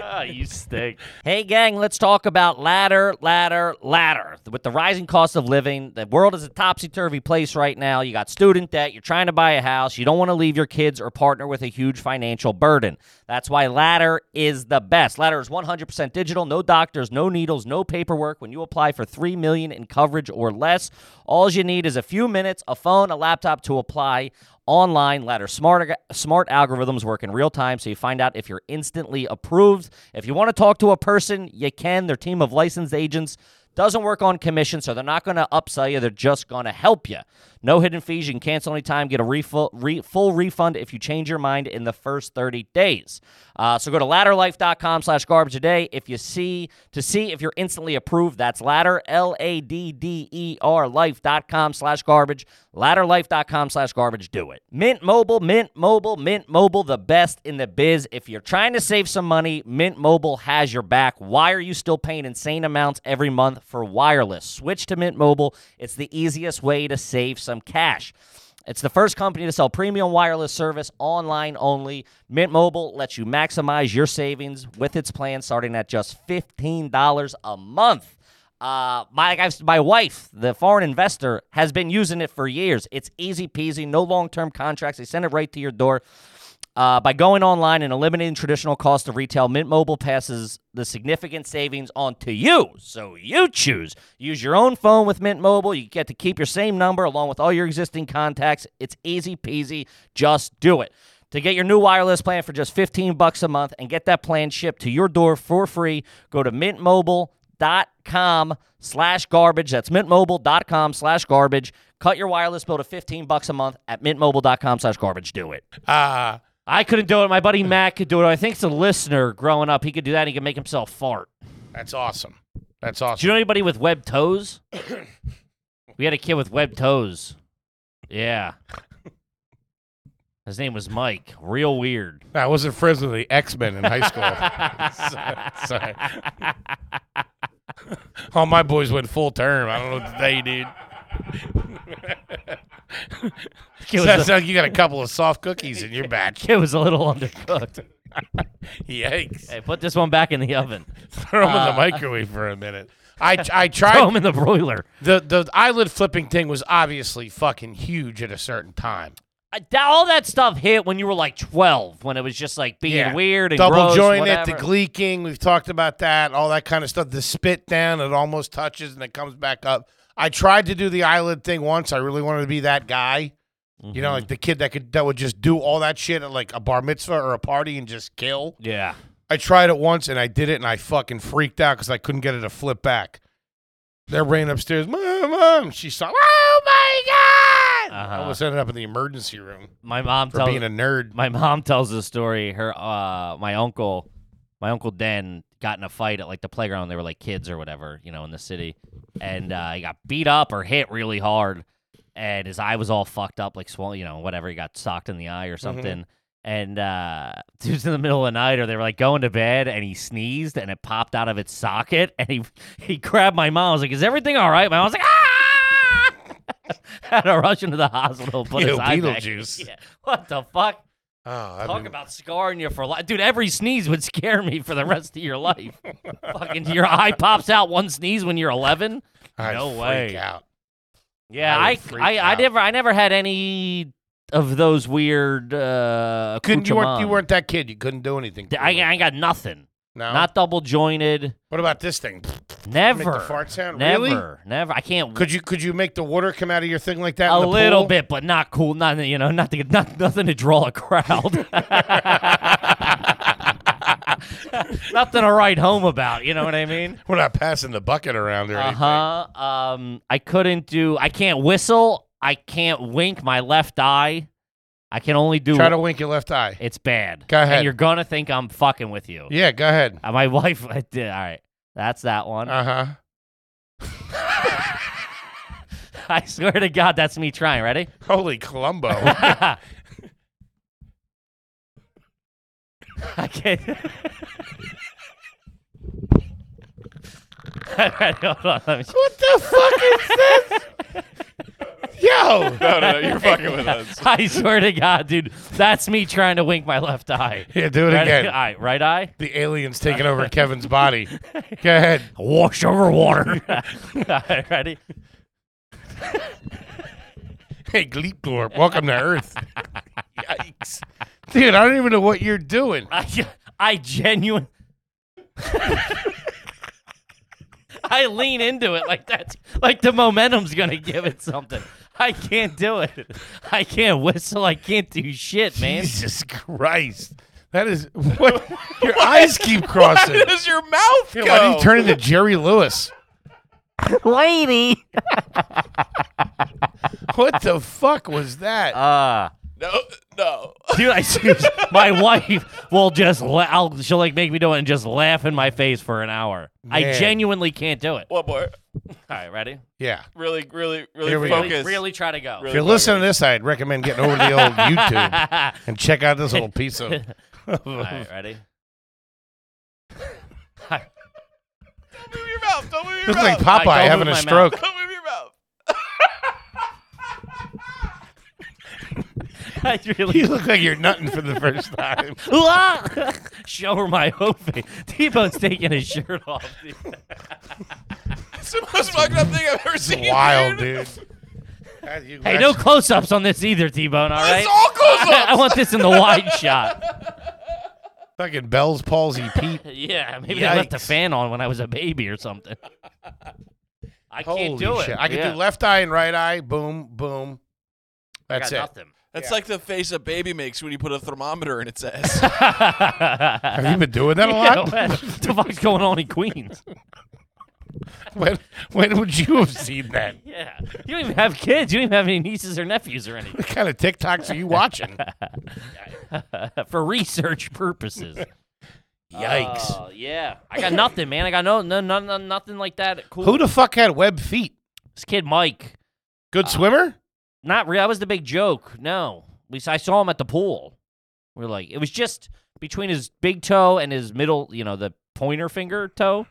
Speaker 2: oh, you stink. Hey, gang, let's talk about ladder, ladder, ladder. With the rising cost of living, the world is a topsy turvy place right now. You got student debt, you're trying to buy a house, you don't want to leave your kids or partner with a huge financial burden. That's why Ladder is the best. Ladder is 100% digital, no doctors, no needles, no paperwork. When you apply for 3 million in coverage or less, all you need is a few minutes, a phone, a laptop to apply online ladder smart smart algorithms work in real time so you find out if you're instantly approved if you want to talk to a person you can their team of licensed agents doesn't work on commission so they're not going to upsell you they're just going to help you no hidden fees you can cancel anytime get a refill, re, full refund if you change your mind in the first 30 days uh, so go to ladderlife.com slash garbage today if you see to see if you're instantly approved that's ladder l-a-d-d-e-r E life.com slash garbage ladderlife.com slash garbage do it mint mobile mint mobile mint mobile the best in the biz if you're trying to save some money mint mobile has your back why are you still paying insane amounts every month for wireless switch to mint mobile it's the easiest way to save some cash it's the first company to sell premium wireless service online only. Mint Mobile lets you maximize your savings with its plan starting at just $15 a month. Uh, my I've- my wife, the foreign investor, has been using it for years. It's easy peasy, no long term contracts. They send it right to your door. Uh, by going online and eliminating traditional cost of retail, Mint Mobile passes the significant savings on to you. So you choose. Use your own phone with Mint Mobile. You get to keep your same number along with all your existing contacts. It's easy peasy. Just do it. To get your new wireless plan for just 15 bucks a month and get that plan shipped to your door for free, go to mintmobile.com slash garbage. That's mintmobile.com slash garbage. Cut your wireless bill to 15 bucks a month at mintmobile.com slash garbage. Do it.
Speaker 1: ah,
Speaker 2: I couldn't do it. My buddy Matt could do it. I think it's a listener growing up. He could do that. And he could make himself fart.
Speaker 1: that's awesome. That's
Speaker 2: Do
Speaker 1: awesome.
Speaker 2: you know anybody with
Speaker 1: *coughs*
Speaker 2: webbed toes? we had a kid with webbed toes. Yeah. His name was Mike. Real weird.
Speaker 1: I wasn't friends with the X Men in high
Speaker 2: *laughs*
Speaker 1: school. *laughs* so, sorry. All my boys went full term. I don't know what they
Speaker 2: *laughs*
Speaker 1: did.
Speaker 2: Kid was,
Speaker 1: Sounds
Speaker 2: a,
Speaker 1: like you got a couple of soft cookies in
Speaker 2: *laughs*
Speaker 1: your batch.
Speaker 2: kid was a little undercooked.
Speaker 1: *laughs* Yikes.
Speaker 2: hey, put this one back in
Speaker 1: *laughs*
Speaker 2: the oven.
Speaker 1: Throw them in the microwave for a minute. I, I
Speaker 2: Uh. *laughs* Throw
Speaker 1: tried
Speaker 2: him in the broiler.
Speaker 1: the the eyelid flipping thing was obviously fucking huge at a certain time.
Speaker 2: I, that- all that stuff hit when you were like 12, when it was just like being weird and
Speaker 1: double
Speaker 2: gross,
Speaker 1: joint it,
Speaker 2: whatever.
Speaker 1: the gleeking. We've talked about that, all that kind of stuff. The spit down, it almost touches and it comes back up. I tried to do the eyelid thing once. I really wanted to be that guy, you know,
Speaker 2: Mm-hmm.
Speaker 1: like the kid that could that would just do all that shit at like a bar mitzvah or a party and just kill.
Speaker 2: yeah.
Speaker 1: I tried it once and I did it and I fucking freaked out because I couldn't get it to flip back. They're ran upstairs, mom, mom. She saw, oh my god! I
Speaker 2: Uh-huh.
Speaker 1: almost ended up in the emergency room
Speaker 2: My mom
Speaker 1: for
Speaker 2: tells
Speaker 1: being a nerd.
Speaker 2: my mom tells the story. Her, uh, my uncle, my uncle Dan got in a fight at like the playground. They were like kids or whatever, you know, in the city, and uh, he got beat up or hit really hard, and his eye was all fucked up, like swollen, you know, whatever. He got socked in the eye or something. And uh, *laughs* it was in the middle of the night, or they were like going to bed, and he sneezed, and it popped out of its socket, and he *laughs* he grabbed my mom. I was like, "Is everything all right?" My mom was like, "Ah!" *laughs* Had to rush into the hospital, put
Speaker 1: Ew,
Speaker 2: his eye back.
Speaker 1: Beetlejuice.
Speaker 2: *laughs* Yeah. What the fuck?
Speaker 1: Oh, that'd
Speaker 2: Talk
Speaker 1: be-
Speaker 2: about scarring you for life. Dude, every sneeze would *laughs* scare me for the rest of your
Speaker 1: *laughs*
Speaker 2: life. Fucking your eye pops out one sneeze when you're 11.
Speaker 1: I'd
Speaker 2: no
Speaker 1: freak
Speaker 2: way.
Speaker 1: out.
Speaker 2: Yeah,
Speaker 1: I
Speaker 2: I
Speaker 1: would freak
Speaker 2: I, I,
Speaker 1: out.
Speaker 2: never I never had any of those weird uh
Speaker 1: Couldn't you weren't you
Speaker 2: accoutrements.
Speaker 1: weren't that kid? You couldn't do anything. to
Speaker 2: I,
Speaker 1: it.
Speaker 2: I ain't got nothing.
Speaker 1: no.
Speaker 2: Not double jointed.
Speaker 1: what about this thing?
Speaker 2: Never.
Speaker 1: Make the fart sound.
Speaker 2: Never.
Speaker 1: Really?
Speaker 2: Never. I can't
Speaker 1: Could you could you make the water come out of your thing like that?
Speaker 2: a
Speaker 1: in the
Speaker 2: little
Speaker 1: pool?
Speaker 2: bit, but not cool. Not you know, not, to, not nothing to draw
Speaker 1: *laughs*
Speaker 2: a crowd. *laughs* nothing to write home about. You know what I mean?
Speaker 1: We're not passing the bucket around or
Speaker 2: Uh
Speaker 1: anything.
Speaker 2: huh. Um, I couldn't do. I can't whistle. I can't wink my left eye. I can only do
Speaker 1: Try to wink your left eye.
Speaker 2: it's bad.
Speaker 1: Go ahead.
Speaker 2: And you're gonna think I'm fucking with you.
Speaker 1: Yeah, go ahead.
Speaker 2: Uh, My *laughs* wife I did all right. That's that one.
Speaker 1: Uh huh.
Speaker 2: *laughs* I swear to God, that's me trying.
Speaker 1: *laughs*
Speaker 2: Ready? *laughs*
Speaker 1: Holy Columbo.
Speaker 2: I can't. *laughs* Alright, hold on, let me-
Speaker 1: what the fuck is this? Yo.
Speaker 4: No, no, no, you're fucking with *laughs* us.
Speaker 2: I swear to God, dude, that's me trying to wink my
Speaker 1: *laughs*
Speaker 2: left eye.
Speaker 1: Yeah, do it
Speaker 2: Ready?
Speaker 1: again.
Speaker 2: All *laughs* right, right eye.
Speaker 1: The aliens taking over Kevin's body. Go ahead.
Speaker 2: Wash over water. All right, ready?
Speaker 1: *laughs* Hey, Gleepglorp, welcome to Earth. *laughs* Yikes. Dude, I don't even know what you're doing.
Speaker 2: I, I genuine. *laughs* I lean into it like that's like the momentum's gonna give it something. I can't do it. I can't whistle. I can't do shit, man.
Speaker 1: Jesus Christ. That is
Speaker 2: *laughs*
Speaker 1: what your eyes keep crossing.
Speaker 4: Where does your mouth
Speaker 1: Yeah,
Speaker 4: go?
Speaker 1: Why do you turn into Jerry Lewis?
Speaker 2: Lady.
Speaker 1: What the fuck was that?
Speaker 2: Uh
Speaker 4: no, no.
Speaker 2: dude, I serious- my wife will just la- I'll, she'll like make me do it and just laugh in my face for an hour. I
Speaker 1: Man.
Speaker 2: genuinely can't do it. All
Speaker 4: One more.
Speaker 2: right, ready?
Speaker 1: yeah.
Speaker 4: Really, really, really
Speaker 1: Here we go.
Speaker 4: focus.
Speaker 2: Really, really try to go.
Speaker 1: If
Speaker 2: *laughs*
Speaker 4: Really
Speaker 1: you're listening to this, I'd recommend getting over to the old YouTube and check out this little piece of.
Speaker 2: *laughs* All
Speaker 1: *laughs*
Speaker 2: right, ready?
Speaker 4: Don't move your mouth. Don't move your
Speaker 1: It's
Speaker 4: mouth.
Speaker 1: like
Speaker 2: I don't
Speaker 1: Popeye having a
Speaker 2: move my
Speaker 1: stroke. *laughs*
Speaker 4: don't move your mouth.
Speaker 2: I really
Speaker 1: You look like you're nutting for the first
Speaker 2: *laughs*
Speaker 1: time.
Speaker 2: Ah! Show her my whole face. T-Bone's taking his shirt *laughs* off. Dude.
Speaker 4: It's the most fucked up thing I've ever seen.
Speaker 1: Wild, dude. That- you-
Speaker 2: Hey,
Speaker 1: that's-
Speaker 2: no close-ups on this either, T-Bone. All right.
Speaker 4: It's all
Speaker 2: *laughs*
Speaker 4: close
Speaker 2: I, I
Speaker 4: up.
Speaker 2: want this in the wide shot.
Speaker 1: Fucking Bell's
Speaker 2: *laughs*
Speaker 1: palsy, Pete.
Speaker 2: Yeah, maybe I left the
Speaker 1: Yikes.
Speaker 2: fan on when I was a baby or something. I can't do
Speaker 1: Holy
Speaker 2: it.
Speaker 1: shit. I can
Speaker 2: Yeah.
Speaker 1: do left eye and right eye. Boom, boom.
Speaker 2: I
Speaker 1: That's
Speaker 2: got
Speaker 1: it.
Speaker 2: nothing.
Speaker 4: *laughs* That's like the face a baby makes when you put a thermometer in its ass.
Speaker 2: *laughs*
Speaker 1: Have you been doing that a
Speaker 2: Yeah,
Speaker 1: lot?
Speaker 2: what the fuck's going on in Queens?
Speaker 1: *laughs* When, when would you have seen that?
Speaker 2: *laughs* Yeah, you don't even have kids. You don't even have any nieces or nephews or *laughs* anything
Speaker 1: What kind of TikToks are you watching?
Speaker 2: for research purposes.
Speaker 1: *laughs* Yikes.
Speaker 2: Oh, yeah, I got nothing, man. I got no, no, no, no nothing like that. Cool.
Speaker 1: Who the fuck had web feet?
Speaker 2: this kid Mike?
Speaker 1: Good swimmer?
Speaker 2: Not real. That was the big joke. No, at least I saw him at the pool. We are like, it was just between his big toe and his middle, you know, the pointer finger toe,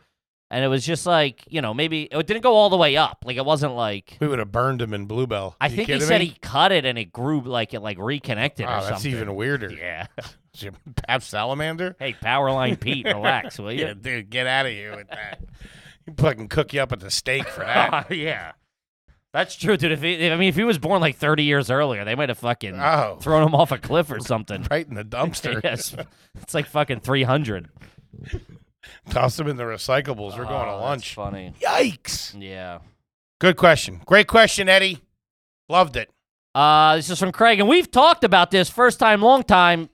Speaker 2: and it was just like, you know, maybe it didn't go all the way up. Like it wasn't like.
Speaker 1: We would have burned him in Bluebell.
Speaker 2: I
Speaker 1: You
Speaker 2: think he
Speaker 1: kidding
Speaker 2: said
Speaker 1: me?
Speaker 2: he cut it and it grew like it like reconnected or
Speaker 1: Oh, that's
Speaker 2: something.
Speaker 1: even weirder. *laughs*
Speaker 2: yeah. *laughs*
Speaker 1: Jim Pap Salamander?
Speaker 2: Hey,
Speaker 1: *laughs*
Speaker 2: Powerline Pete, relax, will
Speaker 1: Yeah,
Speaker 2: you?
Speaker 1: dude, get out of here with *laughs* that. You fucking cook you up at the stake for that. *laughs*
Speaker 2: Yeah. That's true, dude. If he, I mean, if he was born like 30 years earlier, they might have fucking
Speaker 1: Oh,
Speaker 2: thrown him off a cliff
Speaker 1: *laughs*
Speaker 2: or something.
Speaker 1: right in the dumpster.
Speaker 2: *laughs* yes. It's like fucking 300.
Speaker 1: Toss them in the recyclables. We're going to
Speaker 2: Oh,
Speaker 1: lunch.
Speaker 2: That's funny.
Speaker 1: Yikes.
Speaker 2: Yeah.
Speaker 1: Good question. Great question, Eddie. Loved it.
Speaker 2: Uh, this is from Craig, and we've talked about this first time, long time.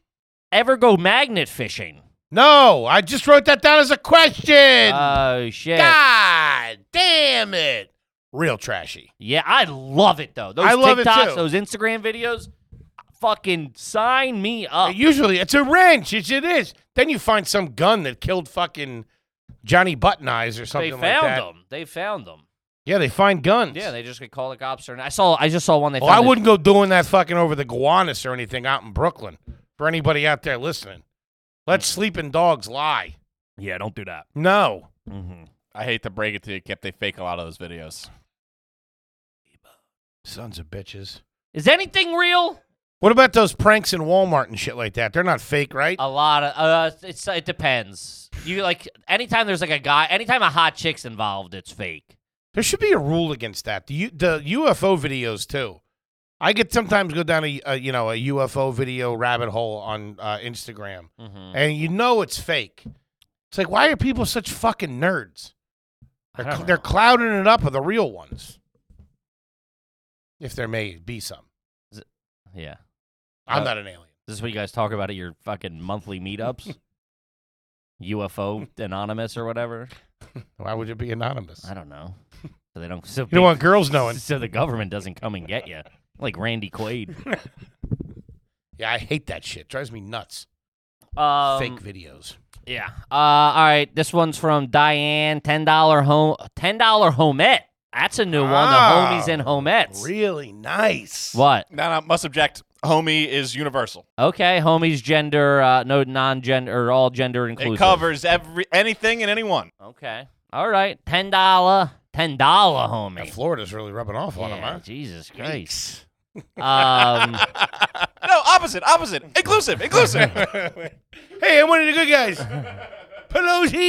Speaker 2: Ever go magnet fishing?
Speaker 1: No, I just wrote that down as a question.
Speaker 2: Oh, shit.
Speaker 1: God damn it. Real trashy.
Speaker 2: Yeah, I love it though. Those
Speaker 1: I love it,
Speaker 2: TikToks,
Speaker 1: too.
Speaker 2: those Instagram videos, fucking sign me up.
Speaker 1: Usually it's a wrench. It's, it is. Then you find some gun that killed fucking Johnny Button Eyes or
Speaker 2: they
Speaker 1: something
Speaker 2: found
Speaker 1: like that.
Speaker 2: them. They found them.
Speaker 1: Yeah, they find guns.
Speaker 2: Yeah, they just could call the cops. Or I saw. I just saw one. They.
Speaker 1: Well,
Speaker 2: found
Speaker 1: Oh, I
Speaker 2: that-
Speaker 1: wouldn't go doing that fucking over the Gowanus or anything out in Brooklyn. For anybody out there listening, let sleeping dogs lie.
Speaker 2: Yeah, don't do that.
Speaker 1: No.
Speaker 2: Mm-hmm.
Speaker 4: *laughs* I hate to break it to you, Kip. They fake a lot of those videos.
Speaker 1: Sons of bitches.
Speaker 2: Is anything real?
Speaker 1: What about those pranks in Walmart and shit like that? They're not fake, right?
Speaker 2: A lot of. Uh, it's it depends. You like anytime there's like a guy, anytime a hot chick's involved, it's fake.
Speaker 1: There should be a rule against that. The, U- the UFO videos too. I could sometimes go down a, a you know a UFO video rabbit hole on uh, Instagram,
Speaker 2: Mm-hmm.
Speaker 1: and you know it's fake. It's like why are people such fucking nerds? They're, cl- they're clouding it up with the real ones. If there may be some,
Speaker 2: yeah.
Speaker 1: I'm
Speaker 2: Uh,
Speaker 1: not an alien.
Speaker 2: This is what you guys talk about at your fucking
Speaker 1: *laughs*
Speaker 2: monthly meetups. UFO anonymous or whatever.
Speaker 1: Why would you be anonymous?
Speaker 2: I don't know. So they don't. So
Speaker 1: You don't want girls knowing. *laughs*
Speaker 2: So the government doesn't come and get you, like Randy Quaid.
Speaker 1: Yeah, I hate that shit. Drives me nuts.
Speaker 2: Um,
Speaker 1: Fake videos.
Speaker 2: Yeah. Uh, all right. This one's from Diane. Ten dollar home. Ten dollar homette. That's a new
Speaker 1: Ah,
Speaker 2: one. The homies and homettes.
Speaker 1: Really nice.
Speaker 2: What?
Speaker 4: Now I must object. Homie is universal.
Speaker 2: Okay. Homies gender. Uh, no non-gender. or All gender inclusive.
Speaker 4: It covers every anything and anyone.
Speaker 2: Okay. All right. Ten dollar. Ten dollar
Speaker 1: Now,
Speaker 2: homie.
Speaker 1: Florida's really rubbing off on him,
Speaker 2: Yeah,
Speaker 1: huh?
Speaker 2: Jesus Christ.
Speaker 1: *laughs*
Speaker 2: um.
Speaker 4: No, opposite, opposite, inclusive, inclusive.
Speaker 1: hey, I'm one of the good guys. Pelosi.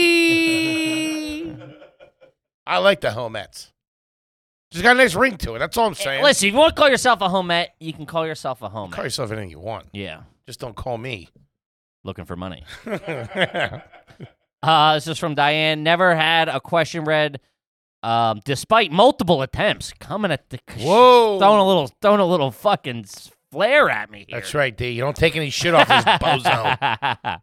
Speaker 1: I like the homettes. She's got a nice ring to it. That's all I'm saying.
Speaker 2: Listen, if you want to call yourself a homette, you can call yourself a homette.
Speaker 1: Call yourself anything you want.
Speaker 2: Yeah.
Speaker 1: Just don't call me.
Speaker 2: *laughs* Looking for money.
Speaker 1: That's
Speaker 2: Uh, this is from Diane. Never had a question read, um, despite multiple attempts. Coming at the
Speaker 1: Whoa.
Speaker 2: throwing a little, throwing a little fucking s- flare at me. Here.
Speaker 1: right, D. You don't take any shit off this bozo.
Speaker 2: *laughs* uh,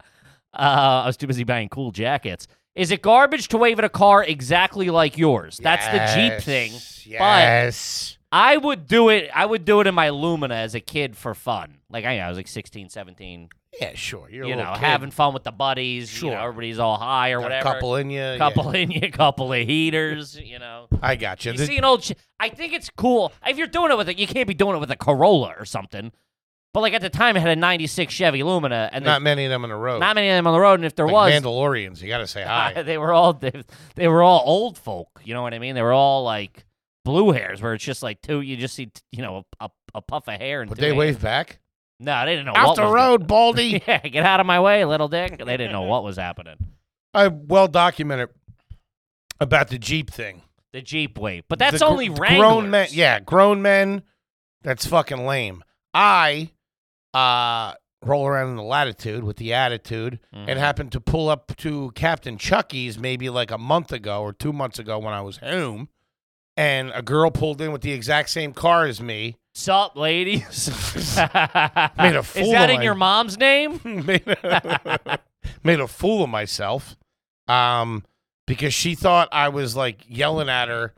Speaker 2: I was too busy buying cool jackets. Is it garbage to wave at a car exactly like yours? That's the Jeep thing.
Speaker 1: Yes,
Speaker 2: But
Speaker 1: Yes.
Speaker 2: I would do it. I would do it in my Lumina as a kid for fun. Like I, I was like 16, 17,
Speaker 1: yeah, sure. You're a
Speaker 2: you know,
Speaker 1: little kid.
Speaker 2: having fun with the buddies. You know,
Speaker 1: Sure.
Speaker 2: everybody's all high or
Speaker 1: Got
Speaker 2: whatever.
Speaker 1: a couple in you.
Speaker 2: couple in you, *laughs* couple of heaters, you know.
Speaker 1: I got you.
Speaker 2: You
Speaker 1: The-
Speaker 2: see an old. Ch- I think it's cool if you're doing it with it. You can't be doing it with a Corolla or something. But like at the time, it had a '96 Chevy Lumina, and
Speaker 1: not
Speaker 2: not,
Speaker 1: many of them on the road.
Speaker 2: not many of them on the road. And if there
Speaker 1: Oh. like
Speaker 2: was, *laughs*
Speaker 1: Mandalorians. You got to say hi.
Speaker 2: they were all they, they were all old folk. You know what I mean? They were all like blue hairs, where it's just like two. You just see you know a, a, a puff of hair and.
Speaker 1: Would
Speaker 2: two
Speaker 1: they
Speaker 2: hands.
Speaker 1: wave back?
Speaker 2: No, they didn't know
Speaker 1: Off
Speaker 2: what
Speaker 1: the
Speaker 2: was go-
Speaker 1: road,
Speaker 2: *laughs*
Speaker 1: Baldy.
Speaker 2: Yeah, get out of my way, little dick. They didn't know what was happening.
Speaker 1: I well documented about the Jeep thing.
Speaker 2: The Jeep wave, but that's
Speaker 1: The gr-
Speaker 2: only Wranglers.
Speaker 1: grown men. Yeah, grown men. That's fucking lame. I uh roll around in the latitude with the attitude and happened to pull up to Captain Chucky's maybe like a month ago or two months ago when I was home, and a girl pulled in with the exact same car as me. *laughs*
Speaker 2: Sup, ladies? *laughs* Made
Speaker 1: a
Speaker 2: Is
Speaker 1: fool
Speaker 2: that
Speaker 1: of
Speaker 2: in your
Speaker 1: my-
Speaker 2: mom's name?
Speaker 1: *laughs* made, a, *laughs* made a fool of myself um, because she thought I was like yelling at her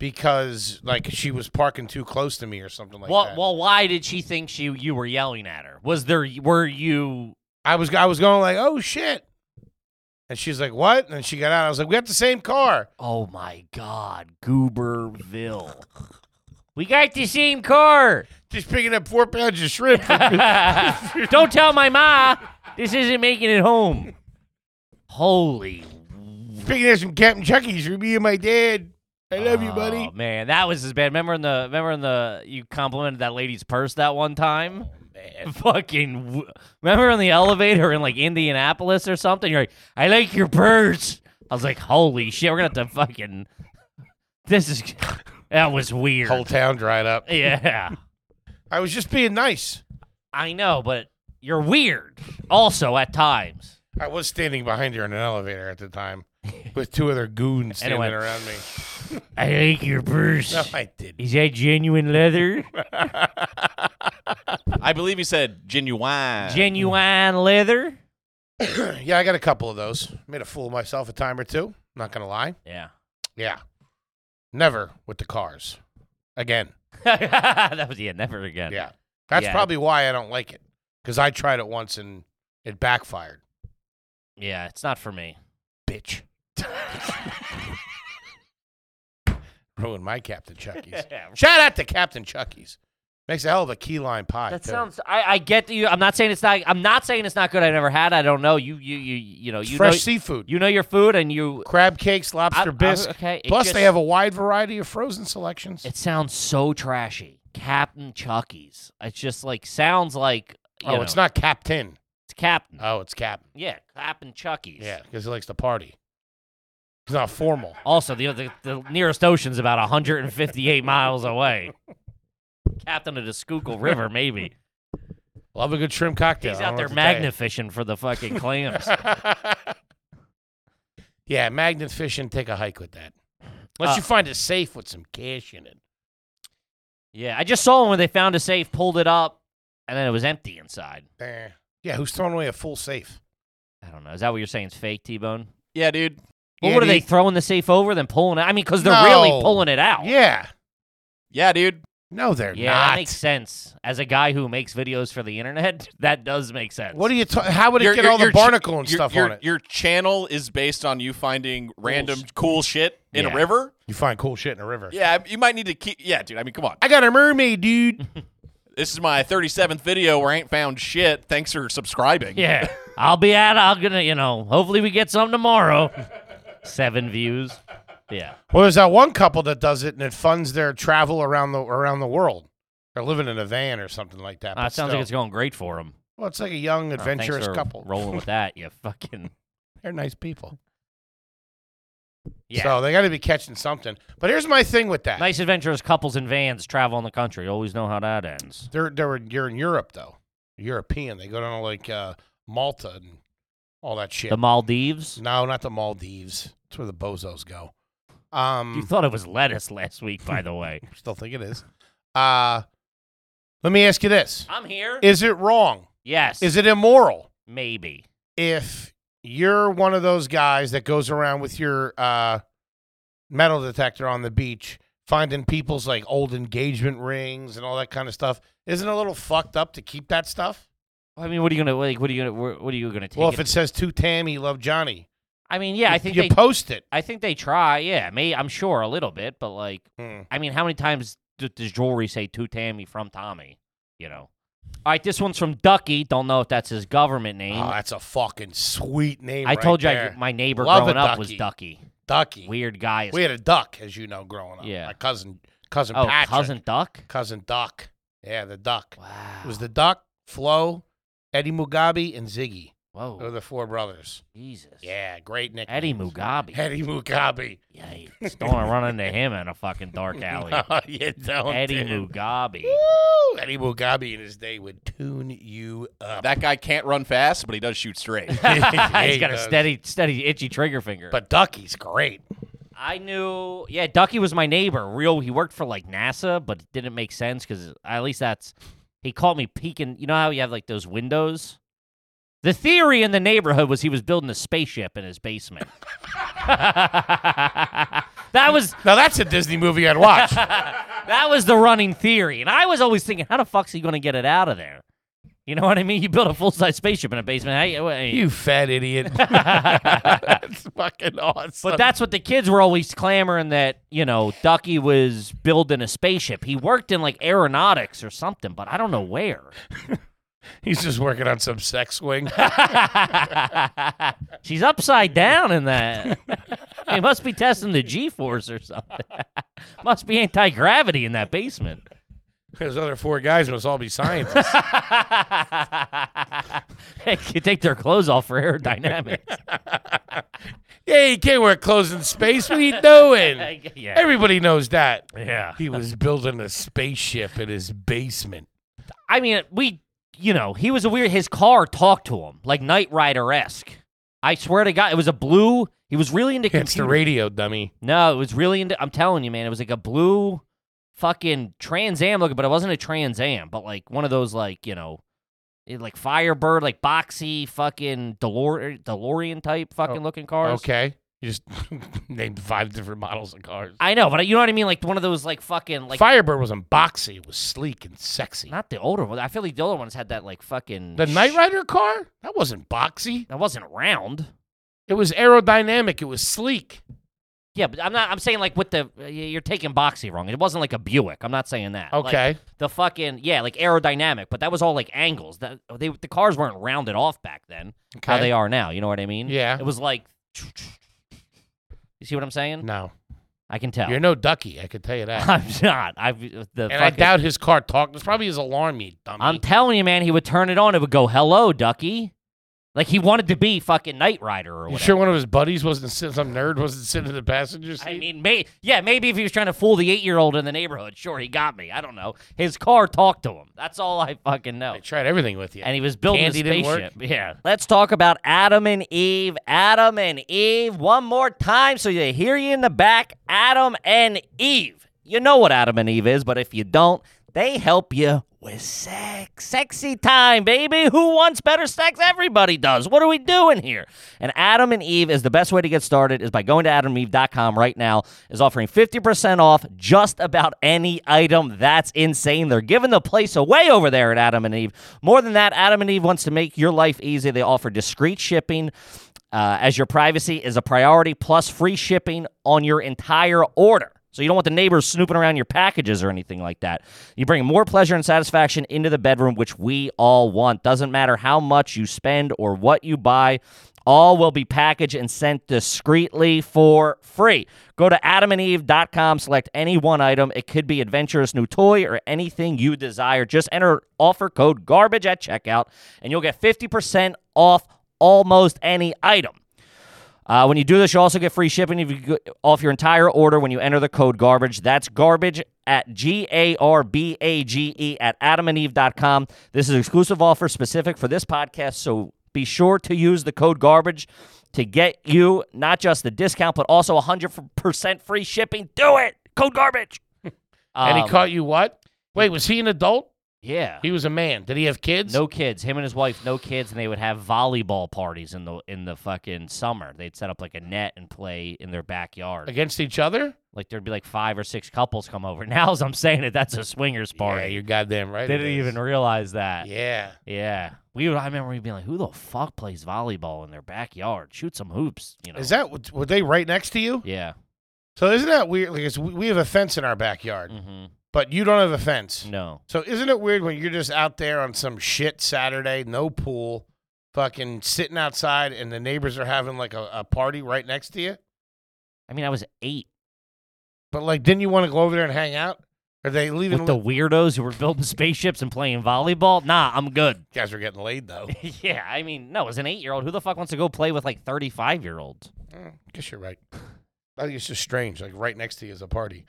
Speaker 1: because like she was parking too close to me or something like
Speaker 2: well,
Speaker 1: that.
Speaker 2: well, why did she think she you were yelling at her? Was there were you?
Speaker 1: I was I was going like, oh shit. And she's like, what? And she got out. I was like, we got the same car.
Speaker 2: Oh my God, Gooberville. we got the same car. *laughs*
Speaker 1: Just picking up four pounds of shrimp.
Speaker 2: Don't tell my ma. This isn't making it home. Holy.
Speaker 1: picking up some Captain Chucky's for me and my dad. I love you, buddy.
Speaker 2: Oh man, that was as bad. Remember in the remember in the you complimented that lady's purse that one
Speaker 1: Oh,
Speaker 2: time. fucking w- remember on the elevator in like Indianapolis or something. You're like, I like your birds. I was like, holy shit, we're gonna have to fucking. This is that was weird.
Speaker 1: Whole town dried up.
Speaker 2: yeah,
Speaker 1: I was just being nice.
Speaker 2: I know, but you're weird. Also, at times.
Speaker 1: I was standing behind her in an elevator at the time with two other goons standing
Speaker 2: Anyway.
Speaker 1: around me.
Speaker 2: I like your birds. *laughs*
Speaker 1: No, I didn't. *clears throat*
Speaker 2: Is that
Speaker 1: *laughs*
Speaker 2: genuine leather?
Speaker 4: *laughs* I believe he said genuine.
Speaker 2: genuine leather?
Speaker 1: yeah, I got a couple of those. Made a fool of myself a time or two. Not gonna lie.
Speaker 2: Yeah. *laughs*
Speaker 1: Yeah. Never with the cars. Again.
Speaker 2: that was yeah. Never again.
Speaker 1: Yeah. That's
Speaker 2: Yeah.
Speaker 1: probably why I don't like it. Because I tried it once and it backfired.
Speaker 2: Yeah. It's not for
Speaker 1: *laughs*
Speaker 2: me.
Speaker 1: Bitch. Ruined my Captain
Speaker 2: *laughs*
Speaker 1: Chucky's. Shout out to Captain Chucky's. Makes a hell of a key lime pie.
Speaker 2: That
Speaker 1: too.
Speaker 2: sounds. I, I get that you. I'm not saying it's not. I'm not saying it's not good. I never had. I don't know. You you you you know
Speaker 1: It's
Speaker 2: you
Speaker 1: fresh
Speaker 2: know
Speaker 1: seafood.
Speaker 2: you know your food and you.
Speaker 1: crab cakes,
Speaker 2: I-
Speaker 1: lobster
Speaker 2: I'm-
Speaker 1: bisque.
Speaker 2: okay. it
Speaker 1: Plus,
Speaker 2: just-
Speaker 1: they have a wide variety of frozen selections.
Speaker 2: It sounds so trashy. Captain Chucky's. It's just like sounds like. you
Speaker 1: oh, it's
Speaker 2: know,
Speaker 1: not Captain.
Speaker 2: It's Captain.
Speaker 1: Oh, it's Captain.
Speaker 2: yeah, Captain Chucky's.
Speaker 1: Yeah, because he likes to party. He's not formal.
Speaker 2: Also, the, the the nearest ocean's about 158 miles away. Captain of the Schuylkill
Speaker 1: *laughs*
Speaker 2: River, maybe.
Speaker 1: Love a good shrimp cocktail.
Speaker 2: He's
Speaker 1: I
Speaker 2: out
Speaker 1: don't know
Speaker 2: there magna
Speaker 1: what
Speaker 2: fishing for
Speaker 1: *laughs*
Speaker 2: the fucking clams.
Speaker 1: to tell you. *laughs* yeah, magnet fishing. Take a hike with that. Unless
Speaker 2: Uh,
Speaker 1: you find a safe with some cash in it.
Speaker 2: yeah, I just saw him when they found a safe, pulled it up, and then it was empty inside.
Speaker 1: Eh. Yeah, who's throwing away a full safe?
Speaker 2: I don't know. Is that what you're saying? It's fake, T Bone?
Speaker 4: Yeah, dude.
Speaker 2: Well,
Speaker 1: Yeah,
Speaker 2: what are
Speaker 1: dude.
Speaker 2: they throwing the safe over, then pulling it? I mean, because they're really
Speaker 1: No.
Speaker 2: pulling it out.
Speaker 1: Yeah,
Speaker 4: Yeah, dude.
Speaker 1: No, they're
Speaker 2: Yeah,
Speaker 1: not.
Speaker 2: that makes sense. As a guy who makes videos for the internet, *laughs* that does make sense.
Speaker 1: what are you? Ta- how would it
Speaker 4: Your-
Speaker 1: get
Speaker 4: your-
Speaker 1: all the
Speaker 4: your ch-
Speaker 1: barnacle and
Speaker 4: your-
Speaker 1: stuff
Speaker 4: your,
Speaker 1: on it?
Speaker 4: Your channel is based on you finding random cool shit in
Speaker 2: Yeah.
Speaker 4: a river.
Speaker 1: You find cool shit in a river.
Speaker 4: Yeah, you might need to keep. Yeah, dude. I mean, come on.
Speaker 1: I got a mermaid, dude.
Speaker 4: This is my 37th video where I ain't found shit. Thanks for subscribing.
Speaker 2: Yeah, I'll be at. I'm gonna, you know. Hopefully, we get some tomorrow. Seven views. Yeah.
Speaker 1: well, there's that one couple that does it and it funds their travel around the around the world. They're living in a van or something like that.
Speaker 2: Uh,
Speaker 1: but
Speaker 2: it sounds
Speaker 1: still.
Speaker 2: like it's going great for him.
Speaker 1: well, it's like a young adventurous couple.
Speaker 2: Rolling with that, you
Speaker 1: *laughs*
Speaker 2: fucking.
Speaker 1: They're nice people.
Speaker 2: Yeah.
Speaker 1: So they got to be catching something. But here's my thing with that.
Speaker 2: nice adventurous couples in vans travel in the country. Always know how that ends.
Speaker 1: They're they were you're in Europe though. European. They go down to like uh, Malta and all that shit.
Speaker 2: The Maldives.
Speaker 1: no, not the Maldives. That's where the bozos go.
Speaker 2: You
Speaker 1: Um,
Speaker 2: thought it was lettuce last week, by the
Speaker 1: *laughs*
Speaker 2: way.
Speaker 1: still think it is. Uh, let me ask you this:
Speaker 2: I'm here.
Speaker 1: Is it wrong?
Speaker 2: yes.
Speaker 1: Is it immoral
Speaker 2: maybe?
Speaker 1: if you're one of those guys that goes around with your uh, metal detector on the beach? Finding people's like old engagement rings and all that kind of stuff isn't it a little fucked up to keep that stuff.
Speaker 2: I mean, what are you gonna like? What are you gonna? wh- What are you gonna take?
Speaker 1: well,
Speaker 2: it-
Speaker 1: if it says to Tammy, love Johnny,
Speaker 2: I mean, yeah,
Speaker 1: you,
Speaker 2: I think
Speaker 1: you
Speaker 2: they.
Speaker 1: post it.
Speaker 2: I think they try. Yeah, may I'm sure a little bit, but like,
Speaker 1: Hmm.
Speaker 2: I mean, how many times d- does jewelry say to Tammy from Tommy? You know. All right, this one's from Ducky. Don't know if that's his government name.
Speaker 1: Oh, that's a fucking sweet name.
Speaker 2: I
Speaker 1: right
Speaker 2: told you I,
Speaker 1: there.
Speaker 2: my neighbor
Speaker 1: Love a
Speaker 2: growing up was
Speaker 1: Ducky.
Speaker 2: Ducky.
Speaker 1: Ducky. We,
Speaker 2: Weird guy. As
Speaker 1: had a duck, as you know, growing up.
Speaker 2: Yeah.
Speaker 1: My cousin, cousin
Speaker 2: oh,
Speaker 1: Patrick,
Speaker 2: cousin Duck.
Speaker 1: cousin Duck. Yeah, the duck.
Speaker 2: Wow.
Speaker 1: It was the duck, Flo, Eddie Mugabe, and Ziggy.
Speaker 2: Whoa.
Speaker 1: They were the four brothers.
Speaker 2: Jesus.
Speaker 1: Yeah, great nickname.
Speaker 2: Eddie
Speaker 1: *laughs*
Speaker 2: Mugabe.
Speaker 1: Eddie
Speaker 2: *laughs*
Speaker 1: Mugabe.
Speaker 2: Yikes. Don't want to run into him in a fucking
Speaker 1: *laughs*
Speaker 2: dark alley.
Speaker 1: Oh, you don't,
Speaker 2: Eddie
Speaker 1: dude. *laughs*
Speaker 2: Mugabe.
Speaker 1: Woo! Eddie Mugabe in his day would tune you up. *laughs*
Speaker 4: That guy can't run fast, but he does shoot straight.
Speaker 2: *laughs* He's
Speaker 1: he
Speaker 2: got a
Speaker 1: does.
Speaker 2: steady, steady, itchy trigger finger.
Speaker 1: but Ducky's great.
Speaker 2: I knew, yeah, Ducky was my neighbor. Real, he worked for like NASA, but it didn't make sense because at least that's he caught me peeking. You know how you have like those windows. The theory in the neighborhood was he was building a spaceship in his basement. *laughs* that was
Speaker 1: Now, that's a Disney movie I'd
Speaker 2: *laughs*
Speaker 1: watch.
Speaker 2: that was the running theory, and I was always thinking, how the fuck's he going to get it out of there? You know what I mean? You build a full size spaceship in a basement. How you- what-
Speaker 1: you fat
Speaker 2: *laughs*
Speaker 1: idiot. that's fucking awesome.
Speaker 2: But that's what the kids were always clamoring that, you know, Ducky was building a spaceship. He worked in like aeronautics or something, but I don't know where.
Speaker 1: He's just working on some sex wing.
Speaker 2: She's upside down in that. *laughs* he must be testing the G force or something. *laughs* must be anti gravity in that basement.
Speaker 1: *laughs*
Speaker 2: *laughs*
Speaker 1: Those other four guys must all be scientists. *laughs*
Speaker 2: they could take their clothes off for aerodynamics. *laughs*
Speaker 1: yeah, you can't wear clothes in space. What are you doing?
Speaker 2: *laughs* yeah.
Speaker 1: Everybody knows that.
Speaker 2: Yeah.
Speaker 1: He was building a spaceship in his basement.
Speaker 2: I mean, we, you know, he was a weird. His car talked to him, like Knight Rider esque. I swear to God, it was a blue. He was really into
Speaker 1: Hence the
Speaker 2: computer-
Speaker 1: radio dummy.
Speaker 2: No, it was really into. I'm telling you, man, it was like a blue, fucking Trans Am looking, but it wasn't a Trans Am, but like one of those like you know, it, like Firebird, like boxy, fucking DeLore- DeLorean type fucking
Speaker 1: Oh,
Speaker 2: looking cars.
Speaker 1: Okay. You just *laughs* named five different models of cars.
Speaker 2: I know, but you know what I mean, like one of those like fucking like
Speaker 1: Firebird wasn't boxy. It was sleek and sexy.
Speaker 2: not the older one. I feel like the older ones had that like fucking
Speaker 1: The Knight
Speaker 2: sh-
Speaker 1: Rider car? That wasn't boxy.
Speaker 2: that wasn't round.
Speaker 1: It was aerodynamic. It was sleek.
Speaker 2: Yeah, but I'm not. I'm saying like with the y- you're taking boxy wrong. It wasn't like a Buick. I'm not saying that. Like,
Speaker 1: Okay.
Speaker 2: the fucking yeah, like aerodynamic, but that was all like angles. That they the cars weren't rounded off back then. How
Speaker 1: Okay.
Speaker 2: they are now. You know what I mean?
Speaker 1: Yeah.
Speaker 2: It was like. You see what I'm saying?
Speaker 1: No.
Speaker 2: I can tell.
Speaker 1: You're no ducky. I can tell you that.
Speaker 2: *laughs* I'm not. I've *laughs* the
Speaker 1: And I
Speaker 2: fucking-
Speaker 1: doubt his car talked. It's probably his alarm, you dummy.
Speaker 2: I'm telling you, man. He would turn it on. It would go, "Hello, Ducky." Like he wanted to be fucking Knight Rider or
Speaker 1: you
Speaker 2: whatever.
Speaker 1: sure one of his buddies wasn't sit- some nerd wasn't sitting in the passenger seat?
Speaker 2: I mean, may, yeah, maybe if he was trying to fool the eight-year-old in the neighborhood, sure, he got me. I don't know. His car talked to him. That's all I fucking know.
Speaker 1: I tried everything with you.
Speaker 2: And he was building
Speaker 1: Candy
Speaker 2: a
Speaker 1: didn't work?
Speaker 2: spaceship. Yeah. Let's talk about Adam and Eve. Adam and Eve, one more time, so they hear you in the back. Adam and Eve. You know what Adam and Eve is, but if you don't, they help you with sex. Sexy time, baby. Who wants better sex? Everybody does. What are we doing here? And Adam and Eve is the best way to get started is by going to adamandeve.com right now is offering 50% off just about any item. That's insane. They're giving the place away over there at Adam and Eve. More than that, Adam and Eve wants to make your life easy. They offer discreet shipping uh, as your privacy is a priority, plus free shipping on your entire order. So you don't want the neighbors snooping around your packages or anything like that. You bring more pleasure and satisfaction into the bedroom, which we all want. Doesn't matter how much you spend or what you buy. All will be packaged and sent discreetly for free. Go to adamandeve.com, select any one item. It could be adventurous new toy or anything you desire. Just enter offer code garbage at checkout and you'll get 50% off almost any item. Uh, when you do this, you also get free shipping if you go, off your entire order when you enter the code garbage. That's garbage at G A R B A G E at adamandeve.com. This is an exclusive offer specific for this podcast, so be sure to use the code garbage to get you not just the discount, but also 100% free shipping. Do it! Code garbage!
Speaker 1: and he
Speaker 2: Um,
Speaker 1: caught you what? Wait, was he an adult?
Speaker 2: Yeah.
Speaker 1: He was a man. Did he have kids?
Speaker 2: No kids. Him and his wife, no kids, and they would have volleyball parties in the in the fucking summer. They'd set up like a net and play in their backyard.
Speaker 1: Against each other?
Speaker 2: Like there'd be like five or six couples come over. *laughs* Now as I'm saying it, that's a swingers
Speaker 1: Yeah,
Speaker 2: *laughs* party.
Speaker 1: you're goddamn right.
Speaker 2: they
Speaker 1: it
Speaker 2: didn't
Speaker 1: is.
Speaker 2: even realize that. Yeah.
Speaker 1: Yeah.
Speaker 2: We would, I remember we being like, who the fuck plays volleyball in their backyard? Shoot some hoops, you know.
Speaker 1: Is that were they right next to you?
Speaker 2: Yeah.
Speaker 1: So isn't that weird? Like, it's, we we have a fence in our backyard, *laughs*
Speaker 2: Mm-hmm.
Speaker 1: but you don't have a fence.
Speaker 2: No.
Speaker 1: So isn't it weird when you're just out there on some shit Saturday, no pool, fucking sitting outside, and the neighbors are having like a, a party right next to you?
Speaker 2: I mean, I was eight
Speaker 1: But like, didn't you want to go over there and hang out? Are they leaving?
Speaker 2: with the weirdos who were building *laughs* spaceships and playing volleyball. Nah, I'm good. *laughs*
Speaker 1: guys are getting laid *laughs* though.
Speaker 2: yeah, I mean, no, as an eight year old, who the fuck wants to go play with like 35 year olds?
Speaker 1: Mm, guess you're right. I think it's just strange. Like right next to you is a party.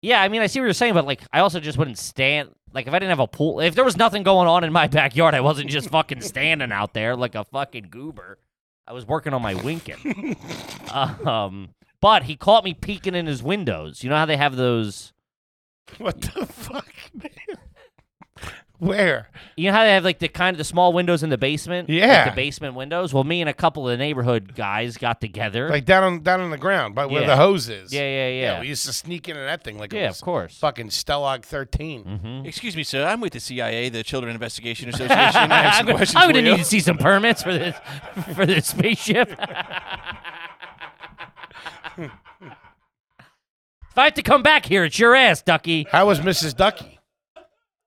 Speaker 2: Yeah, I mean, I see what you're saying, but like, I also just wouldn't stand. Like, if I didn't have a pool, if there was nothing going on in my *laughs* backyard, I wasn't
Speaker 1: *laughs*
Speaker 2: just fucking standing out there like a fucking goober. I was working on my winking.
Speaker 1: *laughs*
Speaker 2: um, but he caught me peeking in his windows. You know how they have those?
Speaker 1: What the fuck, man? Where?
Speaker 2: You know how they have like the kind of the small windows in the basement? Like,
Speaker 1: Yeah.
Speaker 2: the basement windows. Well, me and a couple of the neighborhood guys got together.
Speaker 1: Like down on down on the ground by where
Speaker 2: Yeah.
Speaker 1: the hose is.
Speaker 2: yeah, yeah,
Speaker 1: Yeah,
Speaker 2: yeah,
Speaker 1: we used to sneak into that thing like it
Speaker 2: yeah.
Speaker 1: was
Speaker 2: Of course.
Speaker 1: fucking Stellog 13.
Speaker 2: Mm-hmm.
Speaker 4: *laughs* Excuse me, sir. I'm with the CIA, the Children Investigation
Speaker 1: *laughs*
Speaker 4: Association.
Speaker 2: *laughs*
Speaker 4: I have some
Speaker 2: I'm gonna-
Speaker 4: questions
Speaker 2: I'm
Speaker 4: for
Speaker 2: gonna
Speaker 4: you.
Speaker 2: need to see some permits for this for this spaceship. if I have to come back here, it's your ass, Ducky.
Speaker 1: How was Mrs. Ducky?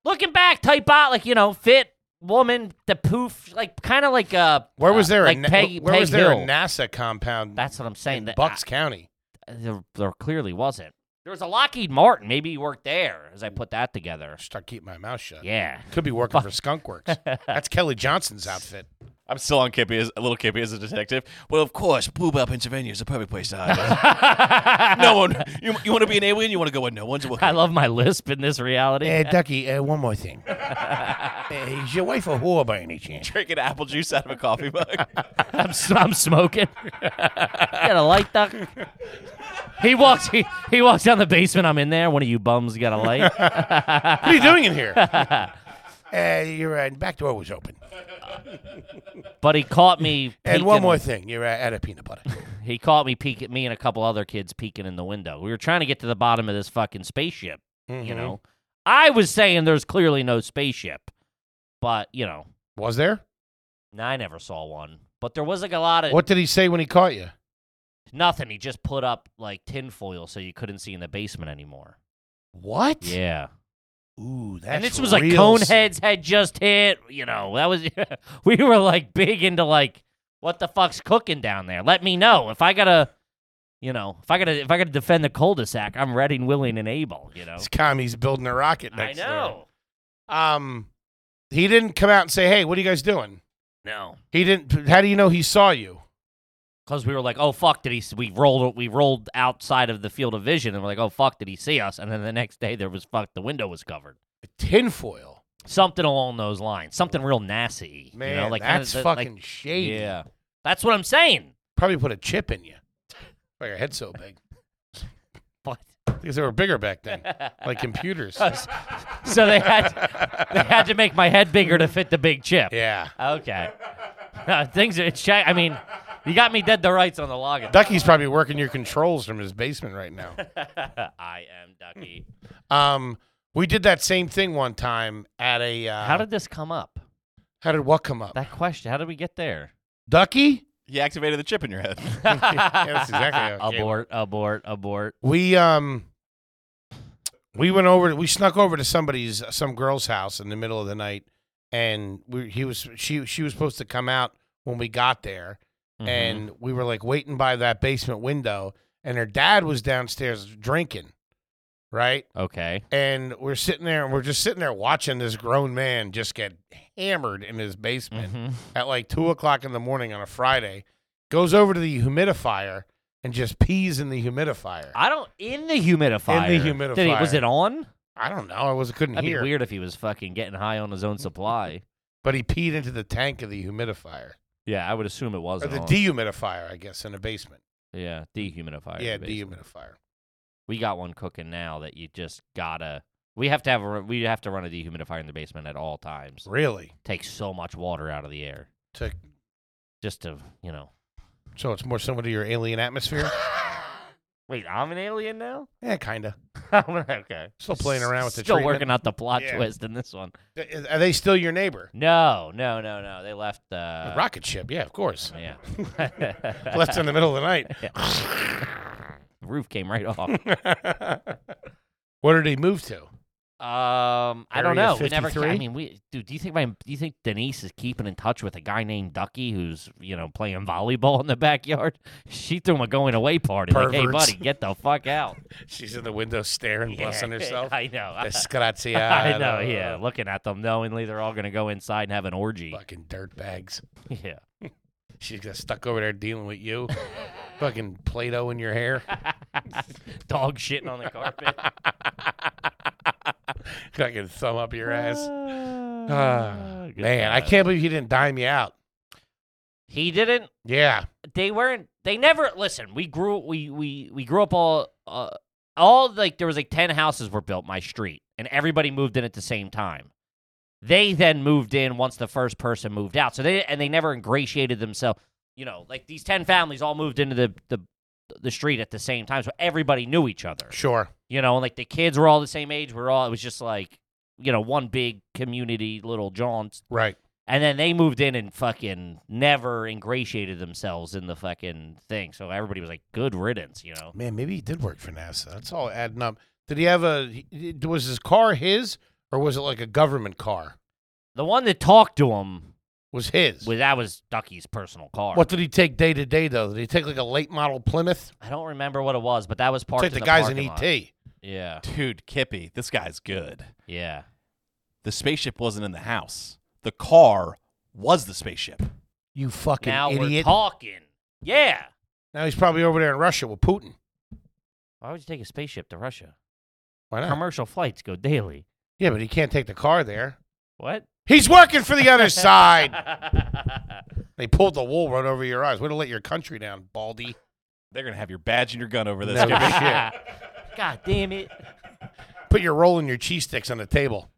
Speaker 2: Looking back, type out like you know, fit woman, the poof, like kind of like uh,
Speaker 1: Where was
Speaker 2: uh,
Speaker 1: there
Speaker 2: like
Speaker 1: a Na-
Speaker 2: Peggy,
Speaker 1: where
Speaker 2: Peg
Speaker 1: was there
Speaker 2: Hill.
Speaker 1: a NASA compound
Speaker 2: That's what I'm saying.
Speaker 1: in
Speaker 2: that-
Speaker 1: Bucks County?
Speaker 2: uh, there, there clearly wasn't. There was a Lockheed Martin. Maybe you worked there. As I put that together,
Speaker 1: Start keeping my mouth shut.
Speaker 2: yeah. *laughs*
Speaker 1: Could be working for Skunkworks. That's Kelly Johnson's outfit.
Speaker 4: I'm still on Kippy as a little Kippy as a detective. Well, of course, Bluebell, Pennsylvania is the perfect place to hide. no one. You, you want to be an alien? You want to go where no one's looking?
Speaker 2: I love my lisp in this reality.
Speaker 1: Uh, Ducky, uh, one more
Speaker 2: *laughs*
Speaker 1: thing. Uh, is your wife a whore by any chance?
Speaker 4: Drinking apple juice out of a coffee mug.
Speaker 2: I'm, s- I'm smoking. got a light duck. *laughs* He walks. He, he walks down the basement. I'm in there. One of you bums got a light.
Speaker 1: *laughs* What are you doing in here? uh, your uh, back door was open.
Speaker 2: *laughs* But he caught me.
Speaker 1: And one
Speaker 2: peeking-
Speaker 1: more thing, you're uh, out of peanut
Speaker 2: *laughs*
Speaker 1: butter.
Speaker 2: He caught me peeking. Me and a couple other kids peeking in the window. We were trying to get to the bottom of this fucking spaceship. You
Speaker 1: Mhm.
Speaker 2: know. I was saying there's clearly no spaceship, but you know,
Speaker 1: was there?
Speaker 2: I never saw one. But there was like a lot of
Speaker 1: What did he say when he caught you?
Speaker 2: nothing. He just put up like tinfoil so you couldn't see in the basement anymore.
Speaker 1: What?
Speaker 2: Yeah.
Speaker 1: Ooh, that's
Speaker 2: and this was like
Speaker 1: real s-
Speaker 2: Coneheads had just hit. You know, that was *laughs* we were like big into like what the fuck's cooking down there. Let me know if I gotta, you know, if I gotta if I gotta defend the cul-de-sac, I'm ready, and willing, and able. You know,
Speaker 1: This commie's building a rocket
Speaker 2: I
Speaker 1: next door.
Speaker 2: know.
Speaker 1: Um, he didn't come out and say, "Hey, what are you guys doing?"
Speaker 2: No,
Speaker 1: He didn't. How do you know he saw you?
Speaker 2: because we were like, oh fuck, did he? s- We rolled we rolled outside of the field of vision, and we're like, oh fuck, did he see us? And then the next day, there was fuck, the window was covered.
Speaker 1: Tinfoil.
Speaker 2: Something along those lines. Something real nasty.
Speaker 1: Man,
Speaker 2: you know, like kinda
Speaker 1: that's
Speaker 2: the- like-
Speaker 1: fucking shady.
Speaker 2: yeah. That's what I'm saying.
Speaker 1: Probably put a chip in you. Oh, your head's so big.
Speaker 2: But
Speaker 1: because they were bigger back then, like
Speaker 2: *laughs*
Speaker 1: computers.
Speaker 2: So they had they had to make my head bigger to fit the big chip.
Speaker 1: Yeah.
Speaker 2: Okay. No, things are. It's, cha- I mean, you got me dead to rights on the login.
Speaker 1: Ducky's probably working your controls from his basement right
Speaker 2: *laughs*
Speaker 1: now.
Speaker 2: I am Ducky.
Speaker 1: Um, we did that same thing one time at a. Uh,
Speaker 2: How did this come up?
Speaker 1: how did what come up?
Speaker 2: That question. How did we
Speaker 1: *laughs*
Speaker 2: get there?
Speaker 1: Ducky.
Speaker 4: He activated the chip in your head.
Speaker 1: that's exactly how it came up.
Speaker 2: abort, abort, abort.
Speaker 1: We um. We went over. We snuck over to somebody's, some girl's house in the middle of the night, and we, he was she she was supposed to come out when we got there,
Speaker 2: Mm-hmm.
Speaker 1: and we were like waiting by that basement window and her dad was downstairs drinking right
Speaker 2: Mhm. okay,
Speaker 1: and we're sitting there and we're just sitting there watching this grown man just get hammered in his basement
Speaker 2: Mhm.
Speaker 1: at like two o'clock in the morning on a friday goes over to the humidifier and just pees in the humidifier i,
Speaker 2: I don't in the humidifier. Did he, was
Speaker 1: humidifier.
Speaker 2: it on?
Speaker 1: don't know i was couldn't
Speaker 2: That'd
Speaker 1: hear
Speaker 2: be weird if he was fucking getting high on his
Speaker 1: *laughs*
Speaker 2: own supply.
Speaker 1: but he peed into the tank of the humidifier
Speaker 2: yeah, I would assume it
Speaker 1: or
Speaker 2: wasn't.
Speaker 1: the
Speaker 2: on.
Speaker 1: dehumidifier i guess in the basement
Speaker 2: yeah, dehumidifier.
Speaker 1: yeah
Speaker 2: basically.
Speaker 1: dehumidifier
Speaker 2: we got one cooking now that you just gotta. We have to have a. We have to run a dehumidifier in the basement at all times.
Speaker 1: really
Speaker 2: Takes so much water out of the air
Speaker 1: to,
Speaker 2: just to
Speaker 1: *laughs*
Speaker 2: you know.
Speaker 1: so it's more similar to your alien *sighs* atmosphere
Speaker 2: Wait, I'm an alien *laughs* now.
Speaker 1: yeah kinda
Speaker 2: okay.
Speaker 1: still playing around with the
Speaker 2: Still
Speaker 1: treatment.
Speaker 2: working out the plot
Speaker 1: Yeah.
Speaker 2: twist in this one.
Speaker 1: Th- Are they still your neighbor?
Speaker 2: No, no, no, no. They left. Uh,
Speaker 1: A rocket ship, yeah, of *laughs* course.
Speaker 2: Yeah.
Speaker 1: Left in the middle of the night.
Speaker 2: *laughs*
Speaker 1: *laughs*
Speaker 2: The roof came right off. um,
Speaker 1: Where did he move to?
Speaker 2: Um, I
Speaker 1: Area
Speaker 2: don't know. We never.
Speaker 1: 53?
Speaker 2: I mean, we dude. Do you think my? Do you think Denise is keeping in touch with a guy named Ducky who's you know playing volleyball in the backyard? *laughs* She threw him a going away party. Like, hey,
Speaker 1: Perverts.
Speaker 2: buddy, get the fuck out.
Speaker 1: She's in the window staring, *laughs* blessing
Speaker 2: Yeah,
Speaker 1: herself.
Speaker 2: *laughs*
Speaker 1: uh,
Speaker 2: I know. I,
Speaker 1: Disgrazia.
Speaker 2: I know. Yeah, looking at them knowingly, they're all gonna go inside and have an orgy.
Speaker 1: Fucking dirt bags.
Speaker 2: *laughs* Yeah. *laughs*
Speaker 1: She's got stuck over there dealing with you. Fucking Play-Doh in your
Speaker 2: *laughs*
Speaker 1: hair.
Speaker 2: Dog shitting on the carpet.
Speaker 1: Fucking thumb up your
Speaker 2: *sighs*
Speaker 1: ass.
Speaker 2: Ah, good
Speaker 1: Man, I
Speaker 2: times.
Speaker 1: can't believe he didn't dime you out.
Speaker 2: He didn't.
Speaker 1: Yeah.
Speaker 2: They weren't. They never. Listen, we grew. We we we grew up all. Uh, all like there was like ten houses were built my street, and everybody moved in at the same time. They then moved in once the first person moved out. So they and they never ingratiated themselves. You know, like these ten families all moved into the the the street at the same time, so everybody knew each other.
Speaker 1: Sure.
Speaker 2: You know, and like the kids were all the same age. We're all. It was just like you know one big community, little jaunts.
Speaker 1: Right.
Speaker 2: And then they moved in and fucking never ingratiated themselves in the fucking thing. So everybody was like, good riddance, you know?
Speaker 1: Man, maybe he did work for NASA. That's all adding up. Did he have a? he- he- Was his car his, or was it like a government car?
Speaker 2: The one that talked to him,
Speaker 1: Was his?
Speaker 2: well, that was Ducky's personal car.
Speaker 1: what did he take day to day though? Did he take like a late model Plymouth?
Speaker 2: I don't remember what it was, but that was part
Speaker 1: Take
Speaker 2: of
Speaker 1: the, guys E in
Speaker 2: parking
Speaker 1: ET.
Speaker 2: lot. Yeah,
Speaker 4: Dude, Kippy, this guy's good.
Speaker 2: yeah.
Speaker 4: The spaceship wasn't in the house. The car was the spaceship.
Speaker 1: You fucking
Speaker 2: Now we're
Speaker 1: idiot!
Speaker 2: talking. Yeah.
Speaker 1: now he's probably over there in Russia with Putin.
Speaker 2: Why would you take a spaceship to Russia?
Speaker 1: Why not?
Speaker 2: Commercial flights go daily.
Speaker 1: Yeah, but he can't take the car there.
Speaker 2: What?
Speaker 1: He's working for the
Speaker 2: *laughs*
Speaker 1: other side.
Speaker 2: Side.
Speaker 1: They pulled the wool right over your eyes. Way to let your country down, Baldy.
Speaker 4: They're gonna have your badge and your gun over this.
Speaker 1: No
Speaker 4: Kippy.
Speaker 1: shit.
Speaker 2: God damn it.
Speaker 1: Put your roll and your cheese sticks on the
Speaker 2: *laughs*
Speaker 1: table.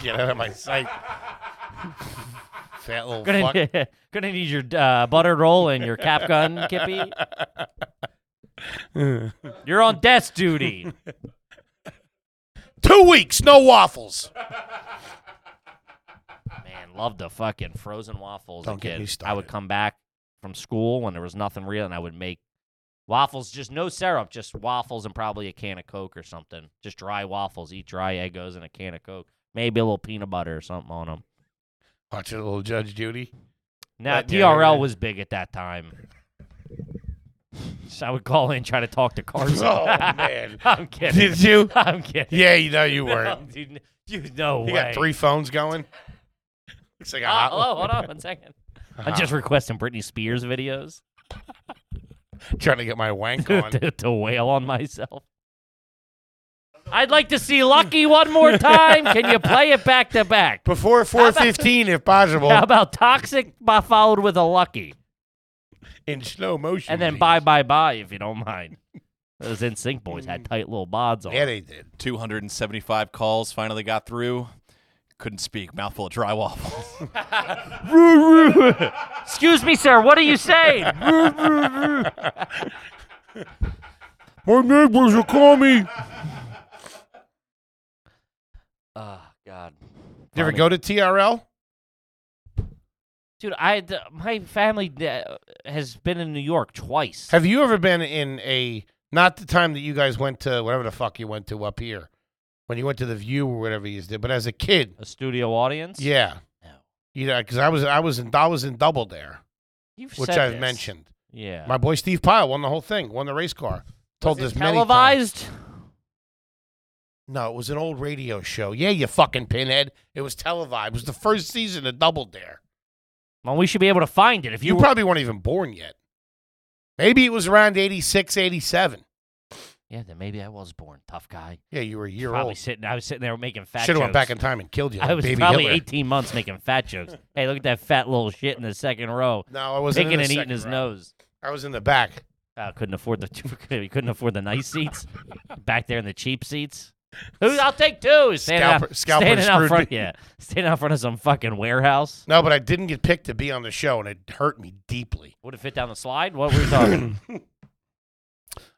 Speaker 1: Get out of my sight. Fat little fuck.
Speaker 2: Gonna, gonna need *laughs* your uh, butter roll and your cap gun,
Speaker 1: *laughs*
Speaker 2: Kippy. You're on desk duty.
Speaker 1: Two weeks, no waffles.
Speaker 2: Man, love the fucking frozen waffles.
Speaker 1: Don't get
Speaker 2: again.
Speaker 1: me
Speaker 2: I would
Speaker 1: started.
Speaker 2: come back from school when there was nothing real, and I would make waffles, just no syrup, just waffles and probably a can of Coke or something. Just dry waffles, eat dry Eggos and a can of Coke, maybe a little peanut butter or something on them.
Speaker 1: Watching a little Judge Judy.
Speaker 2: Now
Speaker 1: That- yeah,
Speaker 2: DRL
Speaker 1: yeah.
Speaker 2: was big at that time. *laughs* So I would call in, try to talk
Speaker 1: *laughs*
Speaker 2: to Carson.
Speaker 1: Oh, man.
Speaker 2: *laughs* I'm kidding.
Speaker 1: Did you?
Speaker 2: *laughs* I'm kidding.
Speaker 1: Yeah, you know
Speaker 2: *laughs*
Speaker 1: you
Speaker 2: No,
Speaker 1: weren't.
Speaker 2: dude, n- dude, no
Speaker 1: You
Speaker 2: way. Uh,
Speaker 1: got three phones going. Looks like a
Speaker 2: Oh,
Speaker 1: hot
Speaker 2: hello, hold on one second. I'm
Speaker 1: Uh-huh.
Speaker 2: just requesting Britney Spears videos *laughs*
Speaker 1: trying to get my wank on.
Speaker 2: to, to wail on myself. I'd like to see Lucky
Speaker 1: *laughs*
Speaker 2: one more time. Can you play it back to back?
Speaker 1: Before 4:15, if possible,
Speaker 2: How about Toxic by followed with a Lucky,
Speaker 1: in slow motion.
Speaker 2: and then
Speaker 1: please.
Speaker 2: Bye Bye Bye if you don't mind. Those NSYNC boys had tight little bods on.
Speaker 1: Yeah, Hmm. they did.
Speaker 4: 275 calls finally got through. Couldn't speak. Mouthful of dry waffle.
Speaker 2: Excuse me, sir. What are
Speaker 1: *laughs*
Speaker 2: you saying?
Speaker 1: My neighbors will call me.
Speaker 2: oh,
Speaker 1: Ah,
Speaker 2: God.
Speaker 1: You ever go to TRL?
Speaker 2: Dude, I d- my family uh, has been in New York twice.
Speaker 1: Have you ever been in a not the time that you guys went to whatever the fuck you went to up here when you went to the View or whatever you did, but as a kid,
Speaker 2: a studio audience?
Speaker 1: yeah,
Speaker 2: No.
Speaker 1: you know, because I was I was in I was in double there,
Speaker 2: You've
Speaker 1: which
Speaker 2: said
Speaker 1: I've
Speaker 2: this.
Speaker 1: mentioned.
Speaker 2: Yeah.
Speaker 1: My boy Steve Pyle won the whole thing, won the race car. Told
Speaker 2: Was
Speaker 1: this
Speaker 2: it
Speaker 1: many times.
Speaker 2: televised.
Speaker 1: No, it was an old radio show. Yeah, you fucking pinhead. It was televised. It was the first season of Double Dare.
Speaker 2: Well, we should be able to find it if
Speaker 1: You
Speaker 2: you. were-
Speaker 1: probably weren't even born yet. Maybe it was around 86, 87.
Speaker 2: yeah, then maybe I was born tough guy.
Speaker 1: Yeah, you were a year
Speaker 2: Probably
Speaker 1: old.
Speaker 2: sitting. I was sitting there making fat.
Speaker 1: Should have went
Speaker 2: jokes.
Speaker 1: back in time and killed you.
Speaker 2: *laughs* I
Speaker 1: like
Speaker 2: was
Speaker 1: baby
Speaker 2: probably
Speaker 1: Hitler.
Speaker 2: 18 months making fat jokes. hey, look at that fat little shit in the second row,
Speaker 1: No, I wasn't
Speaker 2: picking
Speaker 1: in the
Speaker 2: and eating
Speaker 1: second
Speaker 2: his
Speaker 1: row.
Speaker 2: nose.
Speaker 1: I was in the back.
Speaker 2: Oh, couldn't afford the we *laughs* couldn't afford the nice
Speaker 1: *laughs*
Speaker 2: seats back there in the cheap seats. Who I'll take two. Standing
Speaker 1: Scalper-
Speaker 2: out,
Speaker 1: scalper
Speaker 2: standing out
Speaker 1: screwed
Speaker 2: front,
Speaker 1: me.
Speaker 2: yeah, standing out front of some fucking warehouse.
Speaker 1: No, but I didn't get picked to be on the show, and it hurt me deeply.
Speaker 2: Would it fit down the slide? What
Speaker 1: *coughs*
Speaker 2: were we talking?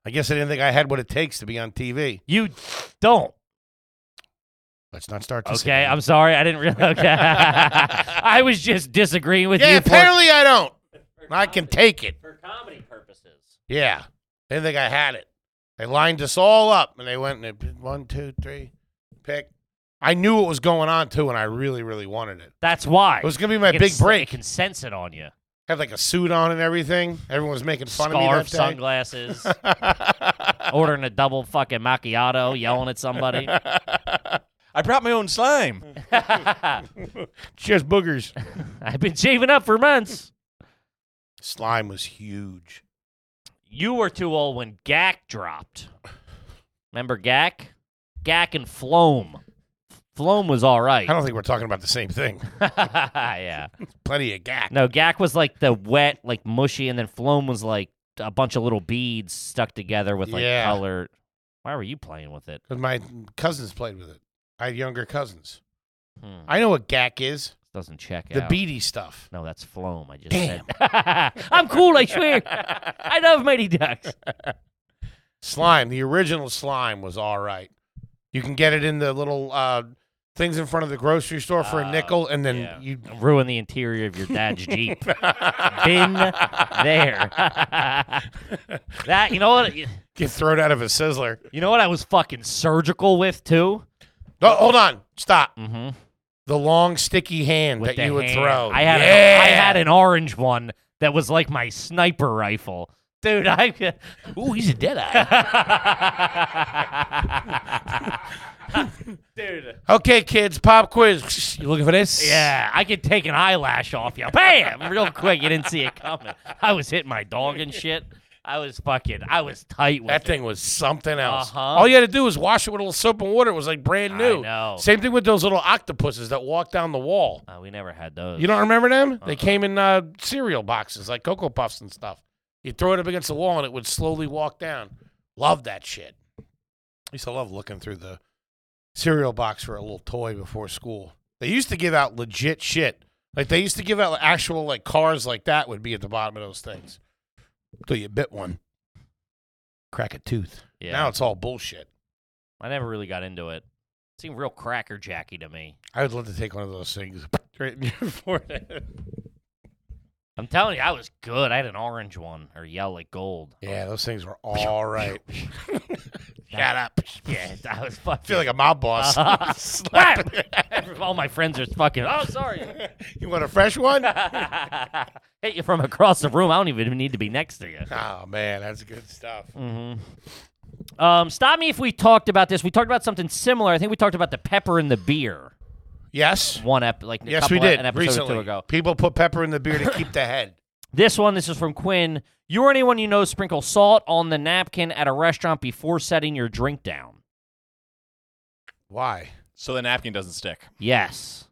Speaker 1: I guess I didn't think I had what it takes to be on TV.
Speaker 2: you don't.
Speaker 1: Let's not start this.
Speaker 2: Okay,
Speaker 1: again.
Speaker 2: I'm sorry. I didn't really. Okay, *laughs* I was just disagreeing with
Speaker 1: yeah,
Speaker 2: you. for-
Speaker 1: apparently I don't. I can take it.
Speaker 2: for comedy purposes.
Speaker 1: Yeah. Didn't think I had it. They lined us all up and they went and they, one, two, three, pick. I knew what was going on too, and I really, really wanted it.
Speaker 2: That's why.
Speaker 1: It was gonna be my
Speaker 2: It can
Speaker 1: big
Speaker 2: s- It
Speaker 1: break.
Speaker 2: can sense it on you.
Speaker 1: Had like a suit on and everything. Everyone was making fun
Speaker 2: Scarf,
Speaker 1: of me *laughs*
Speaker 2: sunglasses,
Speaker 1: that
Speaker 2: ordering a double fucking macchiato, yelling
Speaker 1: *laughs*
Speaker 2: at somebody.
Speaker 4: *laughs* I brought my own slime.
Speaker 2: I've
Speaker 1: day. Just boogers.
Speaker 2: been shaving up for months.
Speaker 1: Slime was huge.
Speaker 2: You were too old when Gak dropped. Remember Gak? Gak and Floam. Floam was all right.
Speaker 1: I don't think we're talking about the same thing.
Speaker 2: *laughs*
Speaker 1: *laughs*
Speaker 2: yeah.
Speaker 1: Plenty of gack.
Speaker 2: No, Gak was like the wet, like mushy, and then Floam was like a bunch of little beads stuck together with like
Speaker 1: Yeah.
Speaker 2: color. Why were you playing with it?
Speaker 1: 'Cause my cousins played with it. I had younger cousins.
Speaker 2: Hmm.
Speaker 1: I know what gack is.
Speaker 2: Doesn't check
Speaker 1: The
Speaker 2: out.
Speaker 1: beady stuff.
Speaker 2: No, that's Floam. I just said. *laughs* I'm cool,
Speaker 1: *laughs*
Speaker 2: I swear. I love Mighty Ducks.
Speaker 1: Slime, the original slime was all right. You can get it in the little uh, things in front of the grocery store for
Speaker 2: Oh,
Speaker 1: a nickel, and then
Speaker 2: yeah.
Speaker 1: you.
Speaker 2: Ruin the interior of your dad's Jeep. Been there. that you know what you
Speaker 1: *laughs* Get thrown out of a sizzler.
Speaker 2: know what I was fucking surgical with too?
Speaker 1: No, hold on. Stop.
Speaker 2: Mm-hmm.
Speaker 1: The long, sticky hand
Speaker 2: With
Speaker 1: that
Speaker 2: the
Speaker 1: you would
Speaker 2: hand.
Speaker 1: throw.
Speaker 2: I had
Speaker 1: yeah.
Speaker 2: a, I had an orange one that was like my sniper rifle. Dude,
Speaker 1: *laughs*
Speaker 2: I could
Speaker 4: Ooh, he's a dead eye.
Speaker 2: Dude.
Speaker 1: Okay, kids, pop quiz. You looking for this?
Speaker 2: *laughs* Yeah, I could take an eyelash off you. Bam! Real quick. You didn't see it coming. I was hitting my dog and shit. I was fucking I was tight with
Speaker 1: That
Speaker 2: it.
Speaker 1: thing was something else.
Speaker 2: Uh-huh.
Speaker 1: All you had to do was wash it with a little soap and water. It was like brand
Speaker 2: I
Speaker 1: new.
Speaker 2: know.
Speaker 1: Same thing with those little octopuses that walk down the wall.
Speaker 2: Uh, we never had those.
Speaker 1: You don't remember them?
Speaker 2: Uh-huh.
Speaker 1: They came in uh, cereal boxes like Cocoa Puffs and stuff. You throw it up against the wall and it would slowly walk down. Love that shit. I used to love looking through the cereal box for a little toy before school. They used to give out legit shit. Like they used to give out like, actual like cars like that would be at the bottom of those things. Till you bit one. Crack a tooth.
Speaker 2: Yeah.
Speaker 1: Now it's all bullshit.
Speaker 2: I never really got into it. Seemed real cracker jacky to me.
Speaker 1: I would love to take one of those things right in your *laughs* forehead.
Speaker 2: I'm telling you, I was good. I had an orange one or yellow, like gold. *laughs*
Speaker 1: Yeah, those things were all right. *laughs* Shut
Speaker 2: That-
Speaker 1: up. *laughs*
Speaker 2: Yeah, I was
Speaker 1: I
Speaker 2: fucking.
Speaker 1: feel like a mob boss. *laughs*
Speaker 2: Uh-huh.
Speaker 1: Slap
Speaker 2: *laughs*
Speaker 1: *laughs*
Speaker 2: Every- All my friends are fucking. Oh, sorry.
Speaker 1: you want a fresh *laughs* one?
Speaker 2: Hit you from across the room. I don't even need to be next to you.
Speaker 1: Oh man, that's good stuff.
Speaker 2: Mm-hmm. Um, stop me if we talked about this. We talked about something similar. I think we talked about the pepper in the beer.
Speaker 1: Yes,
Speaker 2: One ep- like a
Speaker 1: yes,
Speaker 2: couple
Speaker 1: we did
Speaker 2: an episode or
Speaker 1: recently.
Speaker 2: two ago.
Speaker 1: People put pepper in the beer to *laughs* keep the head.
Speaker 2: This one, this is from Quinn. You or anyone you know sprinkle salt on the napkin at a restaurant before setting your drink down.
Speaker 1: Why?
Speaker 4: So the napkin doesn't stick.
Speaker 2: Yes.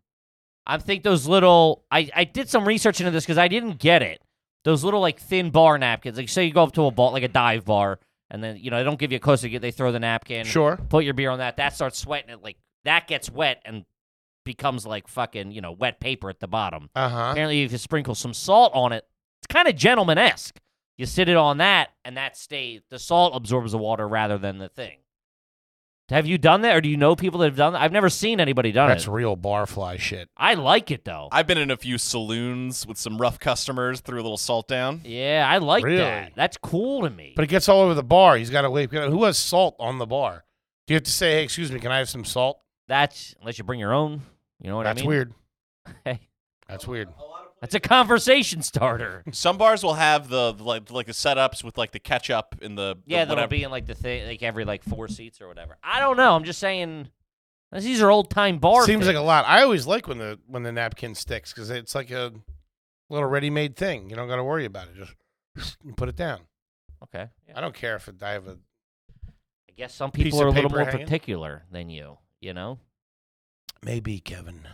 Speaker 2: I think those little I, I did some research into this because I didn't get it. Those little like thin bar napkins. Like say you go up to a bar like a dive bar and then you know they don't give you a coaster. They throw the napkin.
Speaker 1: Sure.
Speaker 2: Put your beer on that. That starts sweating. It like that gets wet and becomes like fucking you know wet paper at the bottom.
Speaker 1: Uh huh.
Speaker 2: Apparently, if you sprinkle some salt on it, it's kind of gentleman esque. You sit it on that, and that stays. The salt absorbs the water rather than the thing. Have you done that, or do you know people that have done that? I've never seen anybody done
Speaker 1: That's
Speaker 2: it.
Speaker 1: real barfly shit.
Speaker 2: I like it though.
Speaker 4: I've been in a few saloons with some rough customers, threw a little salt down.
Speaker 2: yeah, I like
Speaker 1: Really?
Speaker 2: that. That's cool to me.
Speaker 1: But it gets all over the bar. He's got to wait. Who has salt on the bar? Do you have to say, "Hey, excuse me, can I have some salt?"
Speaker 2: That's unless you bring your own. You know what
Speaker 1: That's
Speaker 2: I mean?
Speaker 1: weird.
Speaker 2: *laughs* Hey.
Speaker 1: That's weird.
Speaker 2: That's a conversation
Speaker 1: *laughs*
Speaker 2: starter.
Speaker 4: Some bars will have the the, like like the setups with like the ketchup and the, the
Speaker 2: yeah, that'll
Speaker 4: whatever.
Speaker 2: be in like the thing, like every like four seats or whatever. I don't know. I'm just saying, these are old time bars.
Speaker 1: Seems like a lot. I always like when the when the napkin sticks because it's like a little ready-made thing. You don't got to worry about it. Just *sniffs* put it down.
Speaker 2: okay. Yeah.
Speaker 1: I don't care if it, I have a.
Speaker 2: I guess some
Speaker 1: Piece
Speaker 2: people
Speaker 1: of
Speaker 2: are a little
Speaker 1: paper
Speaker 2: more
Speaker 1: hanging.
Speaker 2: particular than you. You know,
Speaker 1: Maybe Kevin.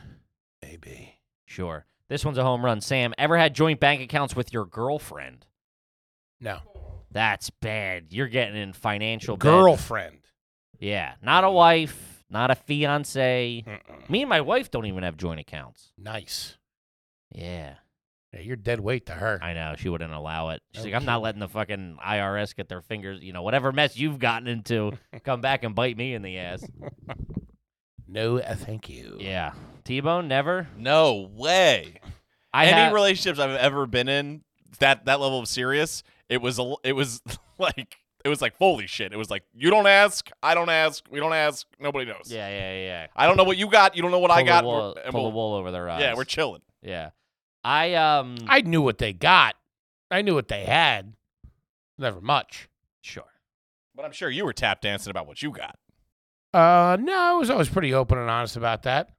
Speaker 1: Maybe.
Speaker 2: sure. This one's a home run. Sam, ever had joint bank accounts with your girlfriend?
Speaker 1: No.
Speaker 2: That's bad. You're getting in financial bed.
Speaker 1: Girlfriend.
Speaker 2: Yeah, not a wife, not a fiance.
Speaker 1: Mm-mm.
Speaker 2: Me and my wife don't even have joint accounts.
Speaker 1: Nice.
Speaker 2: Yeah.
Speaker 1: Yeah, you're dead weight to her.
Speaker 2: I know she wouldn't allow it. She's
Speaker 1: No
Speaker 2: like, I'm not letting the fucking IRS get their fingers, you know, whatever mess you've gotten into, come back and bite me in the ass.
Speaker 1: No, uh, thank you.
Speaker 2: Yeah, T-Bone never.
Speaker 4: No way.
Speaker 2: I
Speaker 4: Any
Speaker 2: have,
Speaker 4: relationships I've ever been in that that level of serious, it was a l- it was *laughs* like it was like holy shit. It was like you don't ask, I don't ask, we don't ask, nobody knows.
Speaker 2: yeah, yeah, yeah.
Speaker 4: I don't know what you got, you don't know what I
Speaker 2: Pull the
Speaker 4: got.
Speaker 2: wool-
Speaker 4: we're- and
Speaker 2: pull the
Speaker 4: we'll-
Speaker 2: wool over their eyes.
Speaker 4: yeah, we're chilling.
Speaker 2: yeah. I um
Speaker 1: I knew what they got. I knew what they had. Never much.
Speaker 2: sure.
Speaker 4: But I'm sure you were tap dancing about what you got.
Speaker 1: Uh, no, I was always pretty open and honest about that.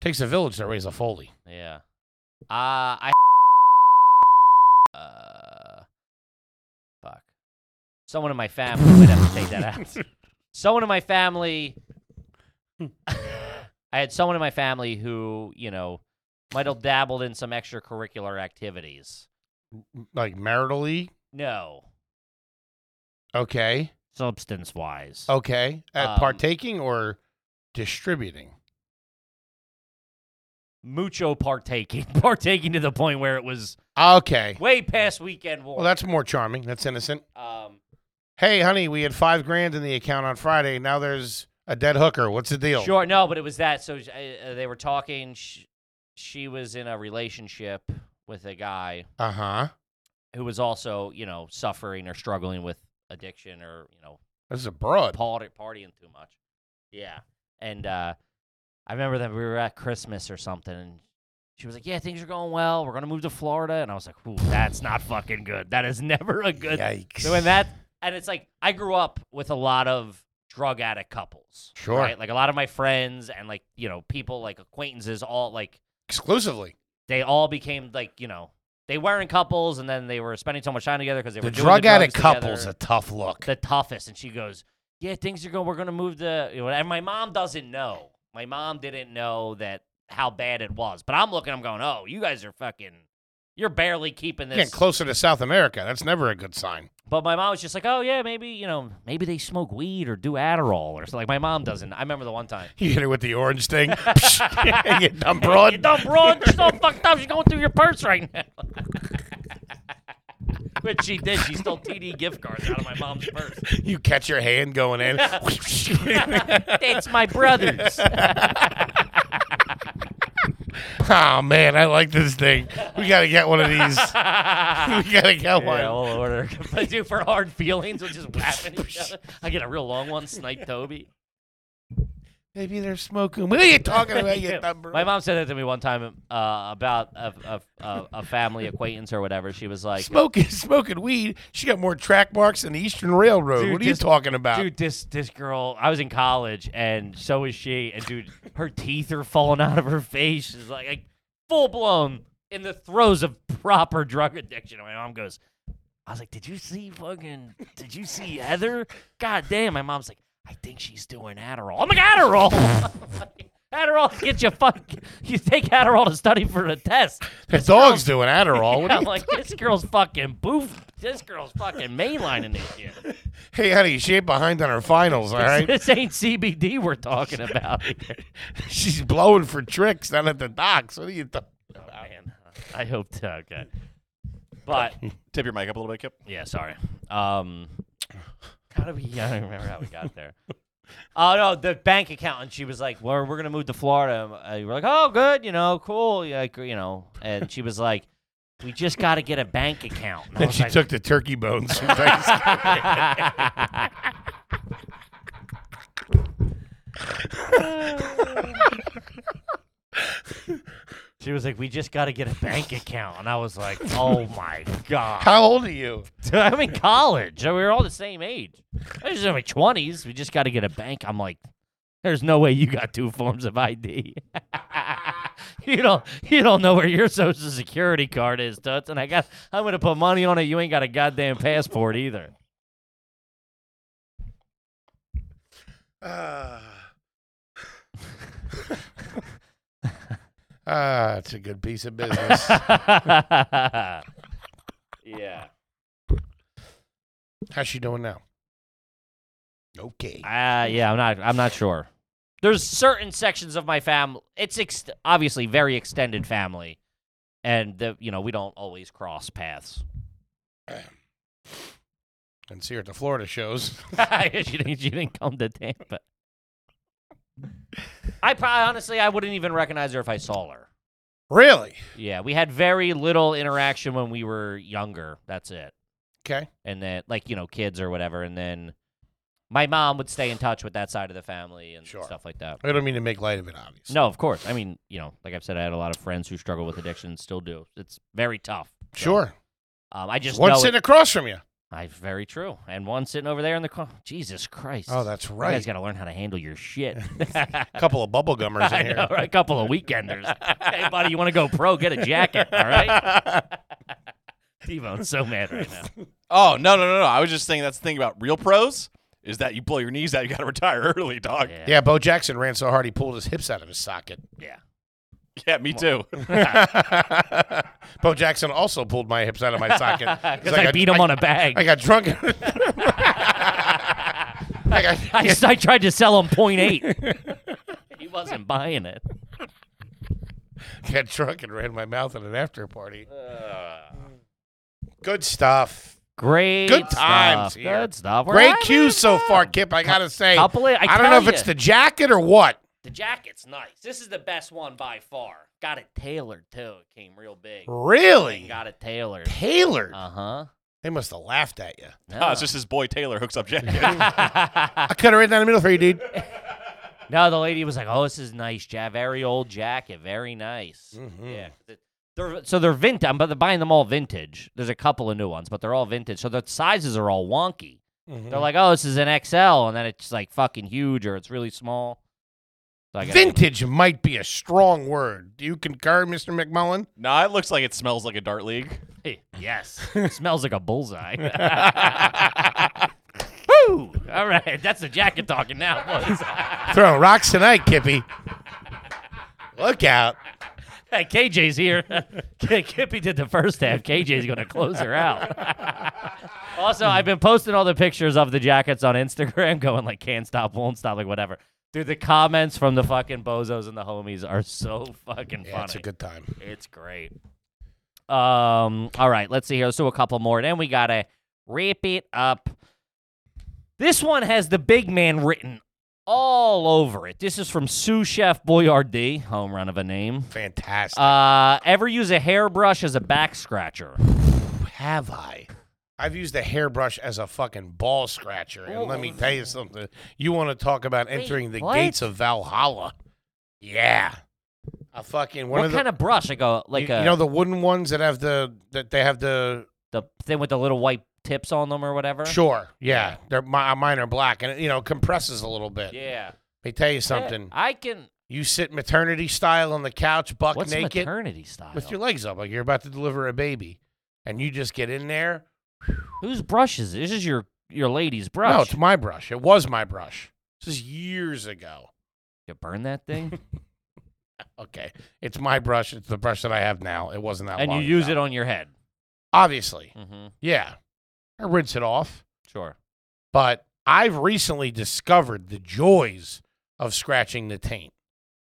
Speaker 1: Takes a village to raise a foley.
Speaker 2: Yeah. Uh, I. *laughs* Uh, fuck. Someone in my family. I'd have to take that
Speaker 1: *laughs*
Speaker 2: out. Someone in my family.
Speaker 1: Hmm.
Speaker 2: *laughs* I had someone in my family who, you know, might have dabbled in some extracurricular activities.
Speaker 1: Like maritally,
Speaker 2: No,
Speaker 1: okay,
Speaker 2: substance wise.
Speaker 1: Oh. okay, at
Speaker 2: Um,
Speaker 1: partaking or distributing.
Speaker 2: Mucho partaking. *laughs* Partaking to the point where it was
Speaker 1: Okay,
Speaker 2: way past weekend war.
Speaker 1: well, that's more charming. That's innocent.
Speaker 2: um,
Speaker 1: Hey, honey, we had five grand in the account on Friday. Now there's a dead hooker. What's the deal?
Speaker 2: Sure, no, but it was that. So sh- uh, they were talking. She, she was in a relationship with a guy
Speaker 1: Uh huh.
Speaker 2: who was also, you know, suffering or struggling with addiction or, you know,
Speaker 1: This is abroad.
Speaker 2: party, partying too much. Yeah. And uh, I remember that we were at Christmas or something, and she was like, Yeah, things are going well. We're going to move to Florida. And I was like, Ooh, that's not fucking good. That is *laughs* never a good
Speaker 1: Yikes.
Speaker 2: so when that, and it's like I grew up with a lot of drug addict couples.
Speaker 1: Sure.
Speaker 2: Right? Like a lot of my friends and like, you know, people like acquaintances all like
Speaker 1: exclusively.
Speaker 2: they all became like, you know, they were in couples and then they were spending so much time together because they
Speaker 1: The
Speaker 2: were doing
Speaker 1: drug
Speaker 2: the
Speaker 1: addict
Speaker 2: drugs
Speaker 1: couple's a
Speaker 2: together.
Speaker 1: tough look.
Speaker 2: the toughest. And she goes, Yeah, things are going we're gonna move to you know, and my mom doesn't know. My mom didn't know that how bad it was. But I'm looking, I'm going, Oh, you guys are fucking you're barely keeping this
Speaker 1: Getting closer to South America. That's never a good sign.
Speaker 2: But my mom was just like, oh yeah, maybe you know, maybe they smoke weed or do Adderall or something. Like my mom doesn't. I remember the one time.
Speaker 1: You hit her with the orange
Speaker 2: *laughs*
Speaker 1: thing. Psh, *laughs* you dumb broad.
Speaker 2: you dumb broad, she's all fucked up. She's going through your purse right now. *laughs* Which she did. She stole TD gift cards out of my mom's purse.
Speaker 1: You catch your hand going in.
Speaker 2: It's my brother's.
Speaker 1: *laughs* oh man, I like this thing. We gotta get one of
Speaker 2: *laughs*
Speaker 1: these.
Speaker 2: yeah,
Speaker 1: We gotta get one.
Speaker 2: we'll order. I do for hard feelings, which is laughing at each other. I get a real long one, snipe Toby.
Speaker 1: Maybe they're smoking. *laughs* What are you talking about, *laughs* you dumb broad?
Speaker 2: My mom said that to me one time uh, about a, a, a, a family acquaintance or whatever. She was like,
Speaker 1: Smoking, smoking weed. She got more track marks than the Eastern Railroad.
Speaker 2: Dude,
Speaker 1: what are you
Speaker 2: just-
Speaker 1: talking about?
Speaker 2: Dude, this this girl. I was in college, and so is she. And dude, her teeth are falling out of her face. She's like, like full blown in the throes of proper drug addiction. And my mom goes, I was like, did you see fucking? Did you see Heather? God damn. My mom's like, I think she's doing Adderall. *laughs* I'm like Adderall. Adderall gets you fuck. You take Adderall to study for the test.
Speaker 1: The dog's doing Adderall. What do *laughs*
Speaker 2: Yeah,
Speaker 1: you-
Speaker 2: like this girl's fucking boof. This girl's fucking mainlining this shit.
Speaker 1: hey, honey, she ain't behind on her finals, all *laughs* right?
Speaker 2: This ain't CBD we're
Speaker 1: *laughs*
Speaker 2: talking about. here.
Speaker 1: She's blowing for tricks down at the docks. What are you doing?
Speaker 2: Man, I hope to. Okay. But
Speaker 4: Tip your mic up a little bit, Kip.
Speaker 2: yeah, sorry. Um, how do we? I don't even remember how we got there. Oh no, the bank accountant. She was like, "We're we're gonna move to Florida." Uh, we're like, "Oh, good, you know, cool, yeah, gr- you know." And she was like, "We just got to get a bank account." And I
Speaker 1: Then
Speaker 2: was
Speaker 1: she
Speaker 2: like,
Speaker 1: took the turkey bones. *laughs* from Thanksgiving.
Speaker 2: she was like, "We just got to get a bank account," and I was like, "Oh my god!" *laughs*
Speaker 1: How old are you?
Speaker 2: I'm in college. So we were all the same age. I was in my twenties. We just got to get a bank. I'm like, there's no way you got two forms of ID. *laughs* you don't. You don't know where your social security card is, Tuts. And I got. I'm gonna put money on it. You ain't got a goddamn passport either.
Speaker 1: Ah, *laughs* Ah, it's a good piece of *laughs* business.
Speaker 2: yeah.
Speaker 1: How's she doing now? Okay.
Speaker 2: Uh, yeah, I'm not I'm not sure. There's certain sections of my family. It's ex- obviously very extended family and the, you know, we don't always cross paths. *laughs*
Speaker 1: And see her at the Florida shows. *laughs*
Speaker 2: she didn't she didn't come to Tampa. I probably honestly I wouldn't even recognize her if I saw her.
Speaker 1: Really?
Speaker 2: Yeah, we had very little interaction when we were younger. That's it.
Speaker 1: Okay.
Speaker 2: and then like you know kids or whatever and then my mom would stay in touch with that side of the family and
Speaker 1: Sure.
Speaker 2: stuff like that
Speaker 1: I don't mean to make light of it, obviously.
Speaker 2: no of course i mean you know like i've said i had a lot of friends who struggle with addiction and still do it's very tough So,
Speaker 1: Sure.
Speaker 2: um, i just
Speaker 1: One
Speaker 2: know
Speaker 1: sitting
Speaker 2: it,
Speaker 1: across from you.
Speaker 2: I, very true and one sitting over there in the car jesus christ
Speaker 1: Oh, that's
Speaker 2: you
Speaker 1: right.
Speaker 2: guys got to learn how to handle your
Speaker 1: *laughs*
Speaker 2: shit *laughs*
Speaker 1: A couple of bubble gummers
Speaker 2: I
Speaker 1: in here.
Speaker 2: know, right? a couple of
Speaker 1: *laughs*
Speaker 2: weekenders hey buddy you want to go pro get a jacket all right
Speaker 1: *laughs*
Speaker 2: t-bone's so mad right now
Speaker 4: Oh no no no no! I was just saying that's the thing about real pros is that you blow your knees out, you got to retire early, dog. Yeah,
Speaker 1: Yeah, Bo Jackson ran so hard he pulled his hips out of his *laughs* socket.
Speaker 2: yeah.
Speaker 4: me too. *laughs*
Speaker 1: Bo Jackson also pulled my hips out of my
Speaker 2: *laughs*
Speaker 1: socket.
Speaker 2: because I, beat him on a bag
Speaker 1: I got drunk. *laughs* I got,
Speaker 2: *laughs* I, s- I tried to sell him
Speaker 1: *laughs*
Speaker 2: point eight. he wasn't buying it.
Speaker 1: got drunk and ran my mouth at an after party. Good stuff.
Speaker 2: Great,
Speaker 1: Good times
Speaker 2: stuff.
Speaker 1: here.
Speaker 2: Good stuff. We're
Speaker 1: Great
Speaker 2: having
Speaker 1: cues so
Speaker 2: fun.
Speaker 1: far, Kip. I gotta say,
Speaker 2: Couple it- I
Speaker 1: don't know
Speaker 2: tell
Speaker 1: if it's
Speaker 2: ya.
Speaker 1: the jacket or what.
Speaker 2: The jacket's nice. This is the best one by far. Got it tailored too. It came real big.
Speaker 1: Really,
Speaker 2: Got it tailored.
Speaker 1: tailored.
Speaker 2: Uh huh.
Speaker 1: they must have laughed at you.
Speaker 4: Ah, it's just his boy Taylor hooks up Jack.
Speaker 1: *laughs*
Speaker 2: *laughs*
Speaker 1: I cut it right down the middle for you, dude.
Speaker 2: no, the lady was like, "Oh, this is nice, ja- very old jacket, very nice." Yeah. Th- They're, so they're vintage. I'm bu- buying them all vintage. There's a couple of new ones, but they're all vintage. So the sizes are all wonky. They're like, "Oh, this is an XL," and then it's like fucking huge, or it's really small. So I gotta-
Speaker 1: Vintage might be a strong word. Do you concur, Mr. McMullen?
Speaker 4: *laughs* nah, it looks like it smells like a dart league.
Speaker 2: Hey, *laughs* yes, It smells like a bullseye. *laughs* Woo! All right, that's the jacket talking now, boys.
Speaker 1: Throwing rocks tonight, Kippy. Look out.
Speaker 2: Hey, KJ's here. *laughs* K- Kippy did the first half. KJ's going to close her out. *laughs* also, I've been posting all the pictures of the jackets on Instagram, *laughs* going like can't stop, won't stop, like whatever. Dude, the comments from the fucking bozos and the homies are so fucking
Speaker 1: Yeah,
Speaker 2: funny.
Speaker 1: it's a good time.
Speaker 2: It's great. Um. All right. Let's see here. Let's do a couple more. Then we gotta wrap it up. This one has the big man written all over it. This is from sous chef Boyardee. Home run of a name.
Speaker 1: Fantastic.
Speaker 2: Uh, ever use a hairbrush as a back scratcher?
Speaker 1: Have I? I've used a hairbrush as a fucking ball scratcher. And let me tell you something. You want to talk about entering the
Speaker 2: Oh. what?
Speaker 1: gates of Valhalla? Yeah. A fucking one
Speaker 2: what
Speaker 1: of the,
Speaker 2: kind of brush? Like a like
Speaker 1: you,
Speaker 2: a
Speaker 1: you know the wooden ones that have the that they have the
Speaker 2: the thing with the little white tips on them or whatever.
Speaker 1: sure yeah they're my, mine are black and it, you know compresses a little bit.
Speaker 2: Yeah.
Speaker 1: Let me tell you something.
Speaker 2: I can.
Speaker 1: You sit maternity style on the couch, buck
Speaker 2: What's
Speaker 1: naked,
Speaker 2: maternity style?
Speaker 1: with your legs up, like you're about to deliver a baby, and you just get in there.
Speaker 2: Whose brush is it? This is your your lady's brush.
Speaker 1: No, it's my brush. It was my brush. This is years ago.
Speaker 2: Yeah, could burn that thing,
Speaker 1: Okay. It's my brush. It's the brush that *laughs* I have now. It wasn't that
Speaker 2: and you
Speaker 1: long
Speaker 2: use
Speaker 1: ago.
Speaker 2: it on your head.
Speaker 1: Obviously.
Speaker 2: Mm-hmm.
Speaker 1: Yeah. I rinse it off.
Speaker 2: Sure.
Speaker 1: But I've recently discovered the joys of scratching the taint.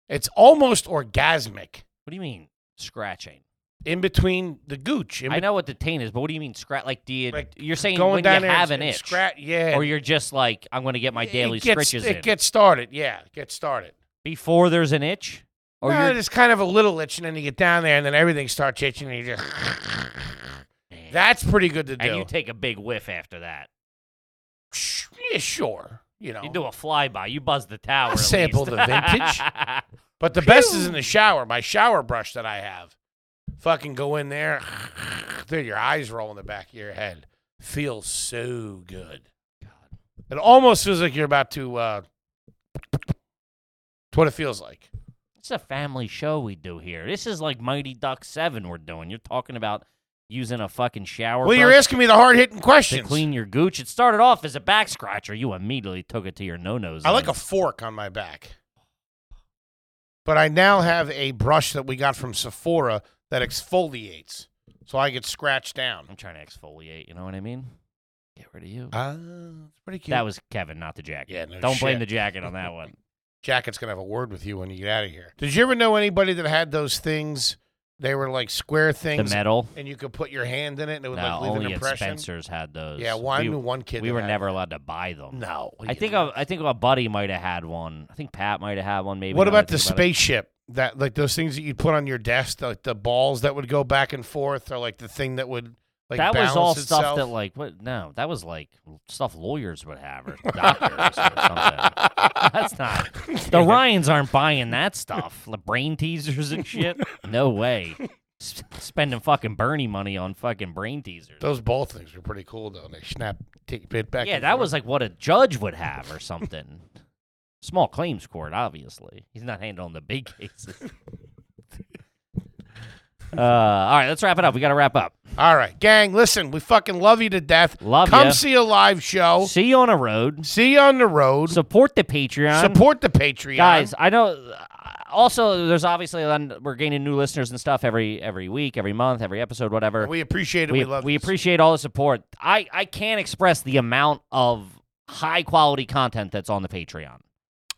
Speaker 1: It's almost orgasmic
Speaker 2: What do you mean scratching?
Speaker 1: in between the gooch. In
Speaker 2: I
Speaker 1: bet-
Speaker 2: know what the taint is, but what do you mean scratch? Like, do you?
Speaker 1: Like,
Speaker 2: you're saying
Speaker 1: going
Speaker 2: when
Speaker 1: down
Speaker 2: you
Speaker 1: there
Speaker 2: have
Speaker 1: and,
Speaker 2: an
Speaker 1: and
Speaker 2: itch,
Speaker 1: Scrat- yeah.
Speaker 2: or you're just like, I'm going to get my
Speaker 1: it-
Speaker 2: daily
Speaker 1: it gets,
Speaker 2: scritches
Speaker 1: It
Speaker 2: in
Speaker 1: gets started. Yeah. It gets started.
Speaker 2: before there's an itch, or
Speaker 1: Or no,
Speaker 2: you're
Speaker 1: it's kind of a little itch, and then you get down there, and then everything starts itching, and you just. That's pretty good to do.
Speaker 2: and you take a big whiff after that.
Speaker 1: Sh- yeah, sure. You know.
Speaker 2: You do a flyby. You buzz the tower. at
Speaker 1: sample
Speaker 2: least.
Speaker 1: the vintage. But the best is in the shower. My shower brush that I have. Fucking go in there. *sighs* Dude, your eyes roll in the back of your head. Feels so good. It almost feels like you're about to. Uh, it's what it feels like.
Speaker 2: *laughs* it's a family show we do here. This is like Mighty Duck Seven we're doing. You're talking about using a fucking shower.
Speaker 1: Well, you're
Speaker 2: brush
Speaker 1: asking me the hard hitting
Speaker 2: to
Speaker 1: questions.
Speaker 2: clean your gooch. It started off as a back scratcher. You immediately took it to your no nos.
Speaker 1: I like a fork on my back. But I now have a brush that we got from Sephora that exfoliates. So I get scratched down.
Speaker 2: I'm trying to exfoliate. You know what I mean? Get rid of you.
Speaker 1: Ah, it's pretty cute.
Speaker 2: That was Kevin, not the jacket.
Speaker 1: Yeah, no
Speaker 2: Don't blame
Speaker 1: shit.
Speaker 2: the jacket on that one.
Speaker 1: Jacket's gonna have a word with you when you get out of here. Did you ever know anybody that had those things? They were like square *laughs*
Speaker 2: the
Speaker 1: things,
Speaker 2: metal.
Speaker 1: and you could put your hand in it, and it would
Speaker 2: No,
Speaker 1: like leave
Speaker 2: only
Speaker 1: an
Speaker 2: at
Speaker 1: impression.
Speaker 2: Spencer's had those.
Speaker 1: Yeah, one
Speaker 2: We,
Speaker 1: one kid.
Speaker 2: we
Speaker 1: that
Speaker 2: were
Speaker 1: had
Speaker 2: never
Speaker 1: that.
Speaker 2: allowed to buy them.
Speaker 1: No,
Speaker 2: I think a, I think a buddy might have had one. I think Pat might have had one. Maybe.
Speaker 1: What
Speaker 2: now that I
Speaker 1: about the
Speaker 2: think it.
Speaker 1: spaceship? That like those things that you put on your desk, like the balls that would go back and forth, or like the thing that would like
Speaker 2: that was all
Speaker 1: balance
Speaker 2: stuff
Speaker 1: itself?
Speaker 2: that like what? No, that was like stuff lawyers would have or doctors or something.
Speaker 1: *laughs*
Speaker 2: That's not. The Ryans aren't buying that stuff. The brain teasers and shit. No way. S- spending fucking Bernie money on fucking brain teasers.
Speaker 1: Those ball things were pretty cool though. They snap, take bit back.
Speaker 2: Yeah,
Speaker 1: and
Speaker 2: that
Speaker 1: forth.
Speaker 2: was like what a judge would have or something. *laughs* Small claims court, obviously. He's not handling the big
Speaker 1: *laughs*
Speaker 2: cases. uh, all right, let's wrap it up. We got to wrap up.
Speaker 1: all right, gang. Listen, we fucking love you to death.
Speaker 2: Love
Speaker 1: Come
Speaker 2: ya.
Speaker 1: see a live show.
Speaker 2: See you on a road.
Speaker 1: See you on the road.
Speaker 2: Support the Patreon.
Speaker 1: Support the Patreon,
Speaker 2: Guys, I know. uh, Also, there's obviously a lot- we're gaining new listeners and stuff every every week, every month, every episode, whatever.
Speaker 1: We appreciate it.
Speaker 2: we,
Speaker 1: We, love.
Speaker 2: we
Speaker 1: you.
Speaker 2: appreciate all the support. I, I can't express the amount of high quality content that's on the Patreon.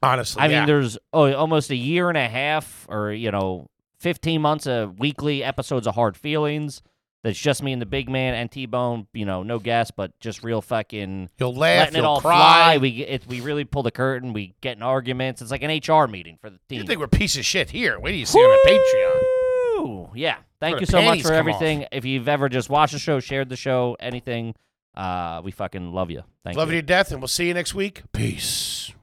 Speaker 1: honestly.
Speaker 2: I
Speaker 1: yeah.
Speaker 2: mean, there's oh, almost a year and a half, or you know, fifteen months of weekly episodes of Hard Feelings. That's just me and the big man and T Bone. You know, no guests, but just real fucking
Speaker 1: you'll laugh,
Speaker 2: letting it
Speaker 1: you'll
Speaker 2: all
Speaker 1: cry.
Speaker 2: fly. We get- it, we really pull the curtain. We get in arguments. It's like an HR meeting for the team.
Speaker 1: you think we're piece of shit here? Wait till you see on a Patreon.
Speaker 2: Woo! Yeah. Thank
Speaker 1: the
Speaker 2: you so much
Speaker 1: panties
Speaker 2: for
Speaker 1: come
Speaker 2: everything. If you've ever just watched the show, shared the show, anything, uh, we fucking love you. Thank
Speaker 1: Love you
Speaker 2: you.
Speaker 1: to death, and we'll see you next week. Peace.